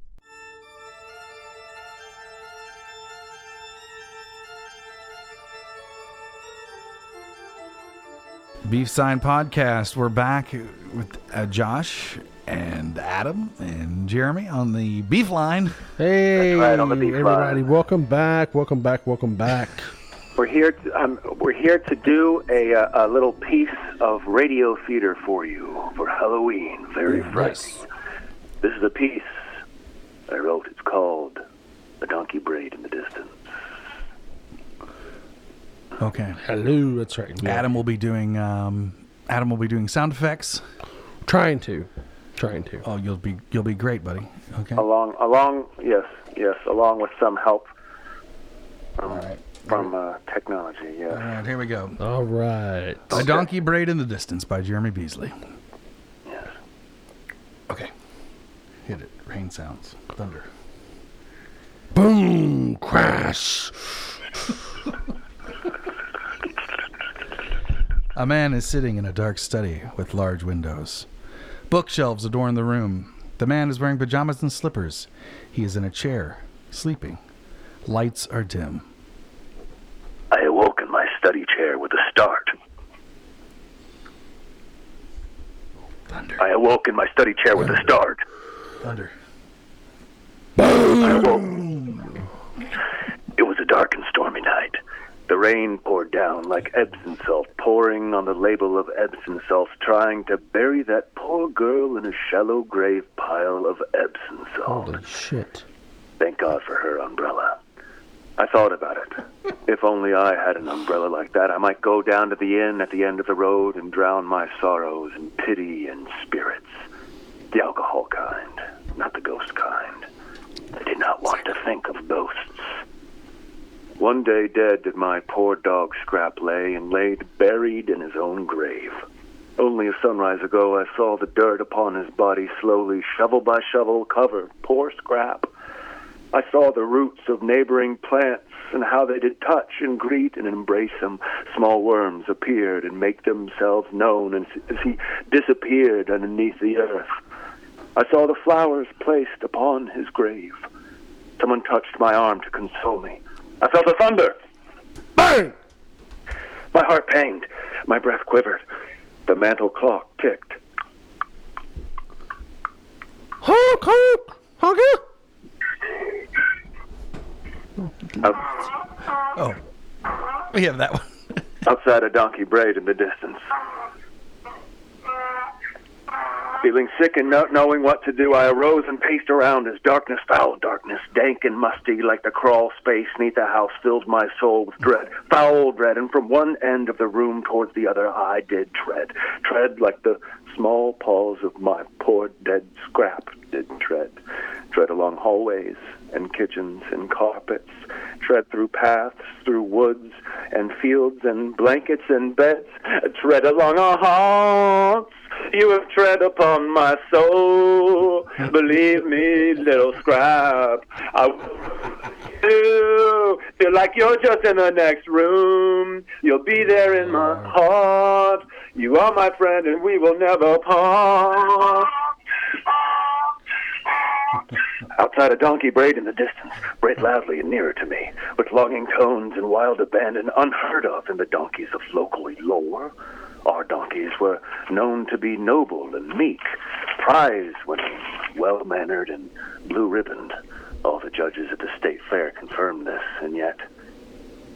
[SPEAKER 1] Beef Sign Podcast. We're back with uh, Josh and Adam and Jeremy on the beef line.
[SPEAKER 2] Hey,
[SPEAKER 3] right, on the beef
[SPEAKER 2] everybody,
[SPEAKER 3] line.
[SPEAKER 2] welcome back, welcome back, welcome back.
[SPEAKER 3] We're here. To, um, we're here to do a, uh, a little piece of radio theater for you for Halloween. Very frightening. This is a piece I wrote. It's called "A Donkey Braid in the Distance."
[SPEAKER 1] Okay.
[SPEAKER 2] Hello, that's right. Yeah.
[SPEAKER 1] Adam will be doing um, Adam will be doing sound effects.
[SPEAKER 2] trying to, trying to.
[SPEAKER 1] Oh, you'll be you'll be great, buddy. Okay.
[SPEAKER 3] Along, along, yes, yes, along with some help from from uh, technology.
[SPEAKER 1] All
[SPEAKER 3] Yeah.
[SPEAKER 1] right, here we go.
[SPEAKER 2] All right.
[SPEAKER 1] A Donkey Braid in the Distance by Jeremy Beasley.
[SPEAKER 3] Yes.
[SPEAKER 1] Okay. Hit it. Rain sounds. Thunder.
[SPEAKER 2] Boom! Crash!
[SPEAKER 1] A man is sitting in a dark study with large windows. Bookshelves adorn the room. The man is wearing pajamas and slippers. He is in a chair, sleeping. Lights are dim.
[SPEAKER 3] I awoke in my study chair with a start.
[SPEAKER 1] Thunder.
[SPEAKER 3] I awoke in my study chair with a start.
[SPEAKER 1] Thunder.
[SPEAKER 3] It was a dark and stormy night. The rain poured down like Epsom salt, pouring on the label of Epsom salt, trying to bury that poor girl in a shallow grave pile of Epsom salt.
[SPEAKER 2] Holy shit!
[SPEAKER 3] Thank God for her umbrella. I thought about it. If only I had an umbrella like that, I might go down to the inn at the end of the road and drown my sorrows in pity and spirits. The alcohol kind, not the ghost kind. I did not want to think of ghosts. One day dead did my poor dog Scrap lay, and laid buried in his own grave. Only a sunrise ago, I saw the dirt upon his body slowly, shovel by shovel, cover poor Scrap. I saw the roots of neighboring plants and how they did touch and greet and embrace him. Small worms appeared and make themselves known and as he disappeared underneath the earth. I saw the flowers placed upon his grave. Someone touched my arm to console me. I felt a thunder. Bang! My heart pained. My breath quivered. The mantel clock ticked.
[SPEAKER 2] Honk, honk, honk!
[SPEAKER 3] Out-
[SPEAKER 1] Oh. We have that one.
[SPEAKER 3] outside a donkey braid in the distance. Feeling sick and not knowing what to do, I arose and paced around as darkness, foul darkness, dank and musty like the crawl space neath the house filled my soul with dread, foul dread, and from one end of the room towards the other I did tread, tread like the small paws of my poor dead scrap did tread, tread along hallways and kitchens and carpets, tread through paths, through woods and fields and blankets and beds, tread along our hearts. You have tread upon my soul. Believe me, little scrap. I will feel like you're just in the next room. You'll be there in my heart. You are my friend, and we will never part. Outside a donkey brayed in the distance, brayed loudly and nearer to me, with longing tones and wild abandon unheard of in the donkeys of local lore. Our donkeys were known to be noble and meek, prize winning, well mannered, and blue ribboned. All the judges at the state fair confirmed this, and yet.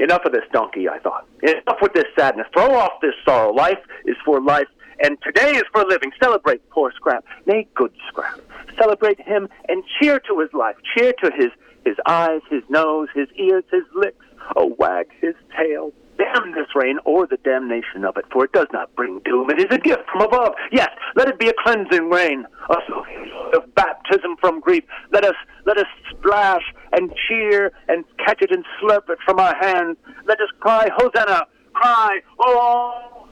[SPEAKER 3] Enough of this donkey, I thought. Enough with this sadness. Throw off this sorrow. Life is for life, and today is for living. Celebrate poor Scrap, nay, good Scrap. Celebrate him and cheer to his life. Cheer to his his eyes, his nose, his ears, his lips. Oh, wag his tail. Damn this rain or the damnation of it, for it does not bring doom. It is a gift from above. Yes, let it be a cleansing rain, a sort of baptism from grief. Let us let us splash and cheer and catch it and slurp it from our hands. Let us cry, Hosanna! Cry, oh,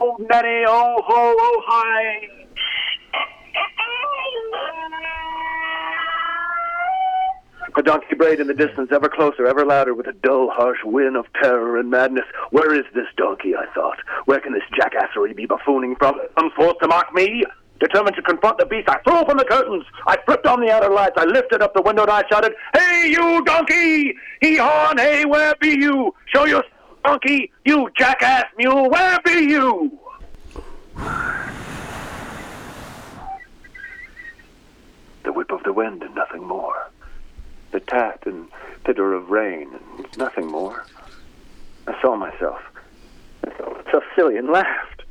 [SPEAKER 3] oh, nanny, oh, ho, oh, hi! A donkey brayed in the distance, ever closer, ever louder, with a dull, harsh whin of terror and madness. Where is this donkey? I thought. Where can this jackassery be buffooning from? Come forth to mock me? Determined to confront the beast, I threw open the curtains. I flipped on the outer lights. I lifted up the window and I shouted, "Hey, you donkey! Hee hawn! Hey, where be you? Show your donkey, you jackass mule! Where be you?" The whip of the wind and nothing more the tat and pitter of rain, and nothing more. I saw myself. I saw myself silly and laughed.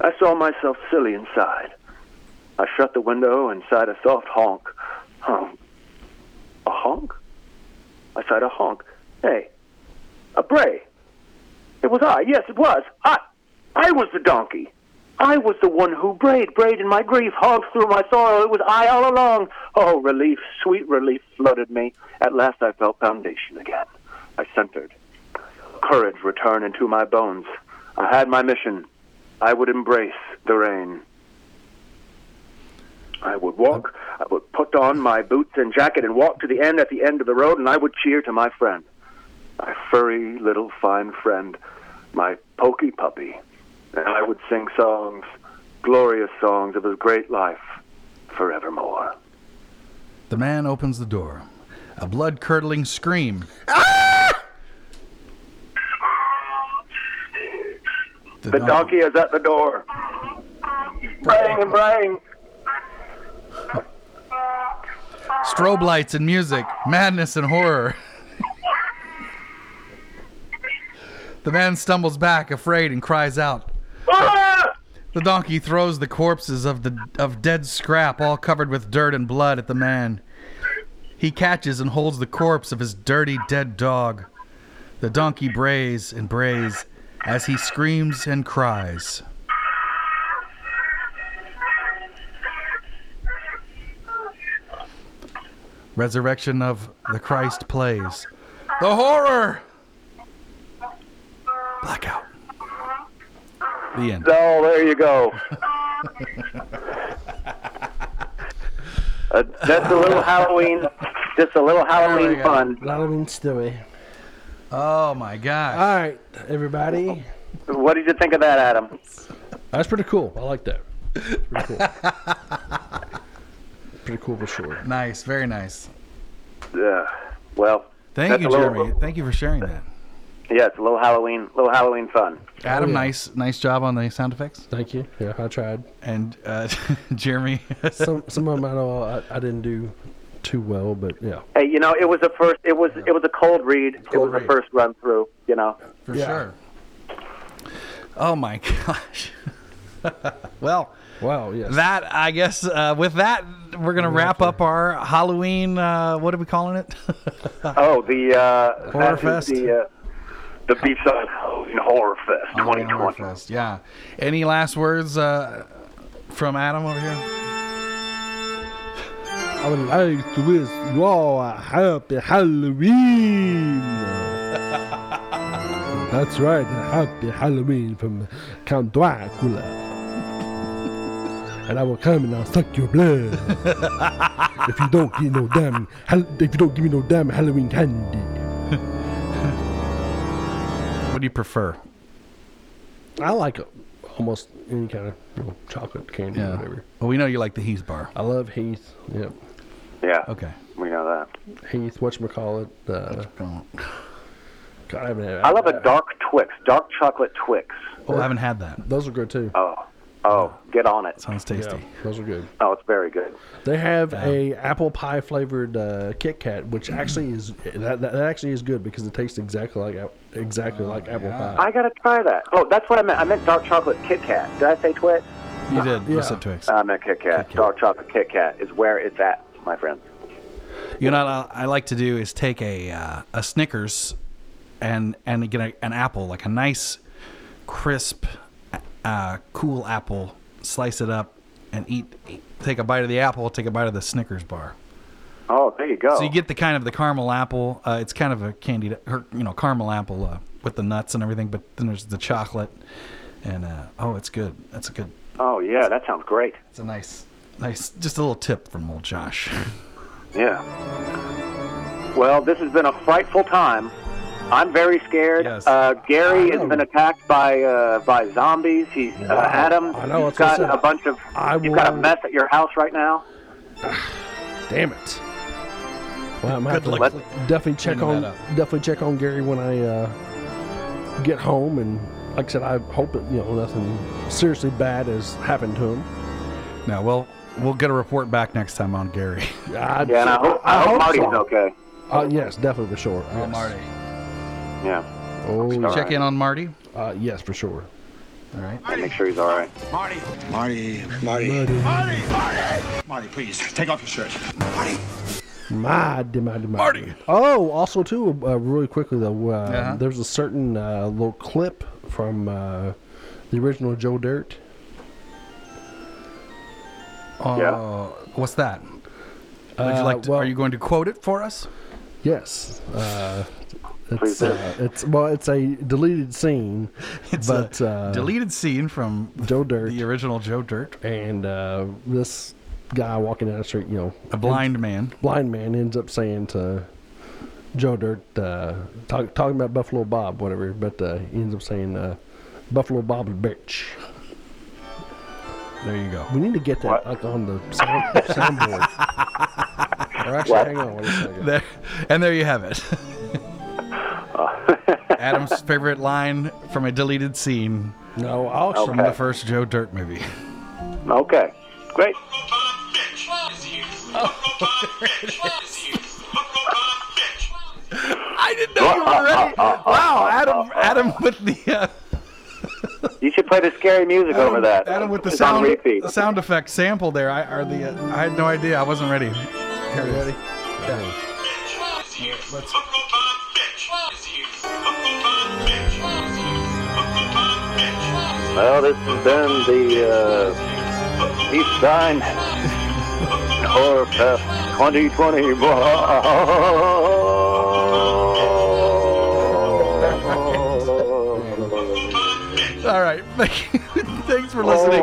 [SPEAKER 3] I saw myself silly and sighed. I shut the window and sighed a soft honk. Honk. A honk? I sighed a honk. Hey, a bray. It was I. Yes, it was. I, I was the donkey. I was the one who brayed, brayed in my grief, hogs through my sorrow. It was I all along. Oh, relief, sweet relief flooded me. At last I felt foundation again. I centered. Courage returned into my bones. I had my mission. I would embrace the rain. I would walk. I would put on my boots and jacket and walk to the end at the end of the road, and I would cheer to my friend. My furry little fine friend. My pokey puppy and I would sing songs, glorious songs of his great life, forevermore.
[SPEAKER 1] The man opens the door. A blood curdling scream. Ah! The
[SPEAKER 3] The
[SPEAKER 1] don-
[SPEAKER 3] donkey is at the door, braying and braying.
[SPEAKER 1] Strobe lights and music, madness and horror. the man stumbles back, afraid, and cries out.
[SPEAKER 3] Ah!
[SPEAKER 1] The donkey throws the corpses of the of dead scrap, all covered with dirt and blood, at the man. He catches and holds the corpse of his dirty dead dog. The donkey brays and brays as he screams and cries. Resurrection of the Christ plays. The horror! Blackout. The end.
[SPEAKER 3] Oh, there you go. Uh, that's a little Halloween, just a
[SPEAKER 1] There
[SPEAKER 3] little
[SPEAKER 1] we
[SPEAKER 3] Halloween
[SPEAKER 1] go.
[SPEAKER 3] fun.
[SPEAKER 4] Halloween story.
[SPEAKER 1] Oh my gosh.
[SPEAKER 2] All right.
[SPEAKER 4] Everybody,
[SPEAKER 3] What did you think of that, Adam?
[SPEAKER 2] That's pretty cool. I like that. Pretty cool. pretty cool for sure.
[SPEAKER 1] Nice, very nice.
[SPEAKER 3] Uh, well,
[SPEAKER 1] Thank
[SPEAKER 3] That's
[SPEAKER 1] you,
[SPEAKER 3] a little-
[SPEAKER 1] Jeremy. Thank you for sharing that.
[SPEAKER 3] yeah, it's a little Halloween, little Halloween fun.
[SPEAKER 1] Adam,
[SPEAKER 2] yeah.
[SPEAKER 1] nice, nice job on the sound effects.
[SPEAKER 2] Thank you. Yeah, I tried.
[SPEAKER 1] And uh, Jeremy,
[SPEAKER 2] Some some of them I know I, I didn't do too well, but yeah.
[SPEAKER 3] Hey, you know, it was a first. It was it was a cold read. it was
[SPEAKER 1] read.
[SPEAKER 3] the first run through. You know.
[SPEAKER 1] for sure. Oh my gosh. well,
[SPEAKER 2] Wow. Yes.
[SPEAKER 1] that I guess uh, with that we're gonna wrap up our Halloween. Uh, what are we calling it?
[SPEAKER 3] Oh, the uh,
[SPEAKER 1] Horror
[SPEAKER 3] that is
[SPEAKER 1] Fest? Oh,
[SPEAKER 3] The, uh, the Beachside Halloween Horror Fest 2020.
[SPEAKER 1] Fest, Yeah. Any last words uh, from Adam over here?
[SPEAKER 4] I would like to wish you all a happy Halloween. That's right, a happy Halloween from Count Dracula. And I will come and I'll suck your blood if you don't get no damn hal- if you don't give me no damn Halloween candy.
[SPEAKER 1] What do you prefer?
[SPEAKER 2] I like almost any kind of you know, chocolate candy, or whatever. Uh,
[SPEAKER 1] Well, we know you like the Heath Bar.
[SPEAKER 2] I love Heath. Yep.
[SPEAKER 3] Yeah,
[SPEAKER 1] Okay.
[SPEAKER 3] we know that.
[SPEAKER 2] Heath. Whatchamacallit. Uh,
[SPEAKER 1] Well,
[SPEAKER 2] God, I haven't had.
[SPEAKER 3] I love a dark Twix, dark chocolate Twix.
[SPEAKER 1] I haven't had that.
[SPEAKER 2] Those are good too.
[SPEAKER 3] Oh, oh, get on it.
[SPEAKER 1] Sounds tasty.
[SPEAKER 2] Yeah, those are good.
[SPEAKER 3] Oh, it's very good.
[SPEAKER 2] They have a apple pie flavored uh, Kit Kat, which actually is that, that, that actually is good because it tastes exactly like ap- exactly like
[SPEAKER 1] Oh,
[SPEAKER 2] apple pie.
[SPEAKER 3] I gotta try that. Oh, that's what I meant. I meant dark chocolate Kit Kat. Did I say Twix?
[SPEAKER 1] You did. You
[SPEAKER 2] Yeah.
[SPEAKER 1] said Twix.
[SPEAKER 3] I meant Kit Kat. Dark chocolate Kit Kat is where it's at, my friend.
[SPEAKER 1] You know what I I like to do is take a uh, a Snickers and and get a, an apple, like a nice, crisp, uh, cool apple, slice it up, and eat, eat. Take a bite of the apple. Take a bite of the Snickers bar.
[SPEAKER 3] Oh, there you go.
[SPEAKER 1] So you get the kind of the caramel apple. Uh, it's kind of a candied, or, you know, caramel apple uh, with the nuts and everything. But then there's the chocolate, and uh, oh, it's good. That's a good.
[SPEAKER 3] oh yeah, that sounds great.
[SPEAKER 1] It's a nice, nice. Just a little tip from old Josh.
[SPEAKER 3] Yeah. Well, this has been a frightful time. I'm very scared.
[SPEAKER 1] Yes.
[SPEAKER 3] Uh, Gary
[SPEAKER 2] I know.
[SPEAKER 3] has been attacked by uh, by zombies. He's uh, Adam.
[SPEAKER 2] I know,
[SPEAKER 3] You've
[SPEAKER 2] that's what I said.
[SPEAKER 3] got a bunch of.
[SPEAKER 2] I
[SPEAKER 3] you've got a
[SPEAKER 2] will-
[SPEAKER 3] mess at your house right now.
[SPEAKER 2] Damn it. Well, I'm gonna have to
[SPEAKER 1] luck.
[SPEAKER 2] definitely check
[SPEAKER 1] Cleaning
[SPEAKER 2] on
[SPEAKER 1] that up.
[SPEAKER 2] definitely check on Gary when I uh, get home, and like I said, I hope that you know nothing seriously bad has happened to him.
[SPEAKER 1] now, well, we'll get a report back next time on Gary.
[SPEAKER 2] I,
[SPEAKER 3] Yeah, and I hope, I hope Marty's
[SPEAKER 2] so.
[SPEAKER 3] okay.
[SPEAKER 2] Uh, yes, definitely for sure. yes.
[SPEAKER 3] Yeah.
[SPEAKER 2] Oh, yeah.
[SPEAKER 1] Check in on Marty.
[SPEAKER 2] uh, yes, for sure.
[SPEAKER 1] All right.
[SPEAKER 3] And make sure he's all right.
[SPEAKER 10] Marty, Marty, Marty, Marty, Marty, please take off your shirt. Marty.
[SPEAKER 2] My, de- my, de- my. Marty. Oh, also too, uh, really quickly though, uh,
[SPEAKER 1] Uh-huh.
[SPEAKER 2] there's a certain uh, little clip from uh, the original Joe Dirt.
[SPEAKER 1] Uh,
[SPEAKER 3] Yeah.
[SPEAKER 1] What's that? Would you
[SPEAKER 2] Uh,
[SPEAKER 1] like to,
[SPEAKER 2] well-
[SPEAKER 1] are you going to quote it for us?
[SPEAKER 2] Yes. Uh, it's
[SPEAKER 3] Please do.
[SPEAKER 2] uh, it's well, it's a deleted scene,
[SPEAKER 1] It's
[SPEAKER 2] but
[SPEAKER 1] a
[SPEAKER 2] uh,
[SPEAKER 1] deleted scene from
[SPEAKER 2] Joe Dirt
[SPEAKER 1] the original Joe Dirt,
[SPEAKER 2] and uh, this guy walking down the street, you know,
[SPEAKER 1] a blind man.
[SPEAKER 2] blind man ends up saying to Joe Dirt, uh, talk, talking about Buffalo Bob, whatever, but uh, he ends up saying uh, Buffalo Bob's a bitch.
[SPEAKER 1] There you go.
[SPEAKER 2] We need to get that
[SPEAKER 3] What?
[SPEAKER 2] like on the sound, soundboard. or actually, hang on, wait a second.
[SPEAKER 1] There, and there you have it. Adam's favorite line from a deleted scene
[SPEAKER 2] no, I'll actually
[SPEAKER 1] from the first Joe Dirt movie.
[SPEAKER 3] Okay. Great.
[SPEAKER 1] I didn't know you were ready. Wow, Adam! Adam with the uh,
[SPEAKER 3] You should play the scary music over that.
[SPEAKER 1] Adam with the
[SPEAKER 3] It's on
[SPEAKER 1] sound
[SPEAKER 3] repeat.
[SPEAKER 1] the sound effect sample there. I are the uh, I had no idea. I wasn't ready. Here it is. Let's-
[SPEAKER 3] Well, this has been the uh, East Sign Horror Fest 2020.
[SPEAKER 1] All right. Thank you. Thanks for listening.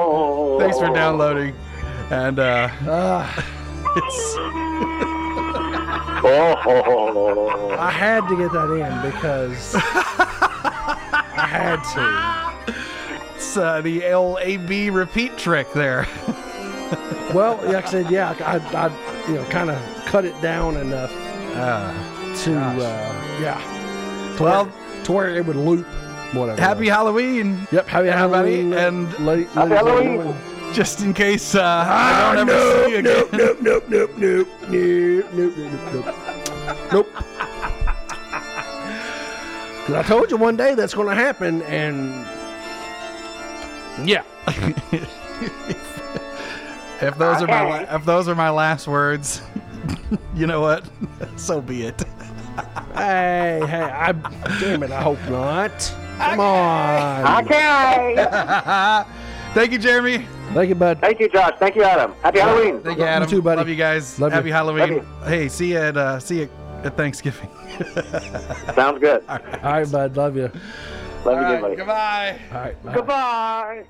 [SPEAKER 1] Thanks for downloading. And uh, it's
[SPEAKER 2] I had to get that in because I had to.
[SPEAKER 1] it's uh, the LAB repeat trick there.
[SPEAKER 2] Well, like I said, yeah, I, I, I you know, kind of cut it down enough
[SPEAKER 1] Uh,
[SPEAKER 2] to, uh, yeah, to
[SPEAKER 1] well,
[SPEAKER 2] where, to where it would loop, whatever.
[SPEAKER 1] happy Halloween.
[SPEAKER 2] Yep, happy
[SPEAKER 1] everybody,
[SPEAKER 2] Halloween,
[SPEAKER 1] and
[SPEAKER 2] la- ladies and
[SPEAKER 3] Halloween.
[SPEAKER 2] gentlemen.
[SPEAKER 1] Just in case uh,
[SPEAKER 3] Ah,
[SPEAKER 1] I don't ever see you again.
[SPEAKER 2] nope, nope, nope, nope, nope, nope, nope, nope, nope. nope. Because I told you one day that's going to happen, and yeah,
[SPEAKER 1] If those are my la- if those are my last words, you know what? So be it.
[SPEAKER 2] hey, hey, I, damn it, I hope not. Come on,
[SPEAKER 3] Okay.
[SPEAKER 1] Thank you, Jeremy.
[SPEAKER 2] thank you, bud.
[SPEAKER 3] Thank you, Josh. Thank you, Adam. Happy Halloween.
[SPEAKER 1] Thank you,
[SPEAKER 2] Love you
[SPEAKER 1] Adam.
[SPEAKER 2] too, buddy.
[SPEAKER 1] Love you guys.
[SPEAKER 2] Love you.
[SPEAKER 1] Happy Halloween.
[SPEAKER 3] Love
[SPEAKER 1] Hey, see you at uh, see you at Thanksgiving.
[SPEAKER 3] Sounds good.
[SPEAKER 2] All right, bud, love you.
[SPEAKER 3] Love you,
[SPEAKER 1] All
[SPEAKER 3] dearly.
[SPEAKER 1] right, goodbye.
[SPEAKER 2] All right, bye.
[SPEAKER 3] Goodbye.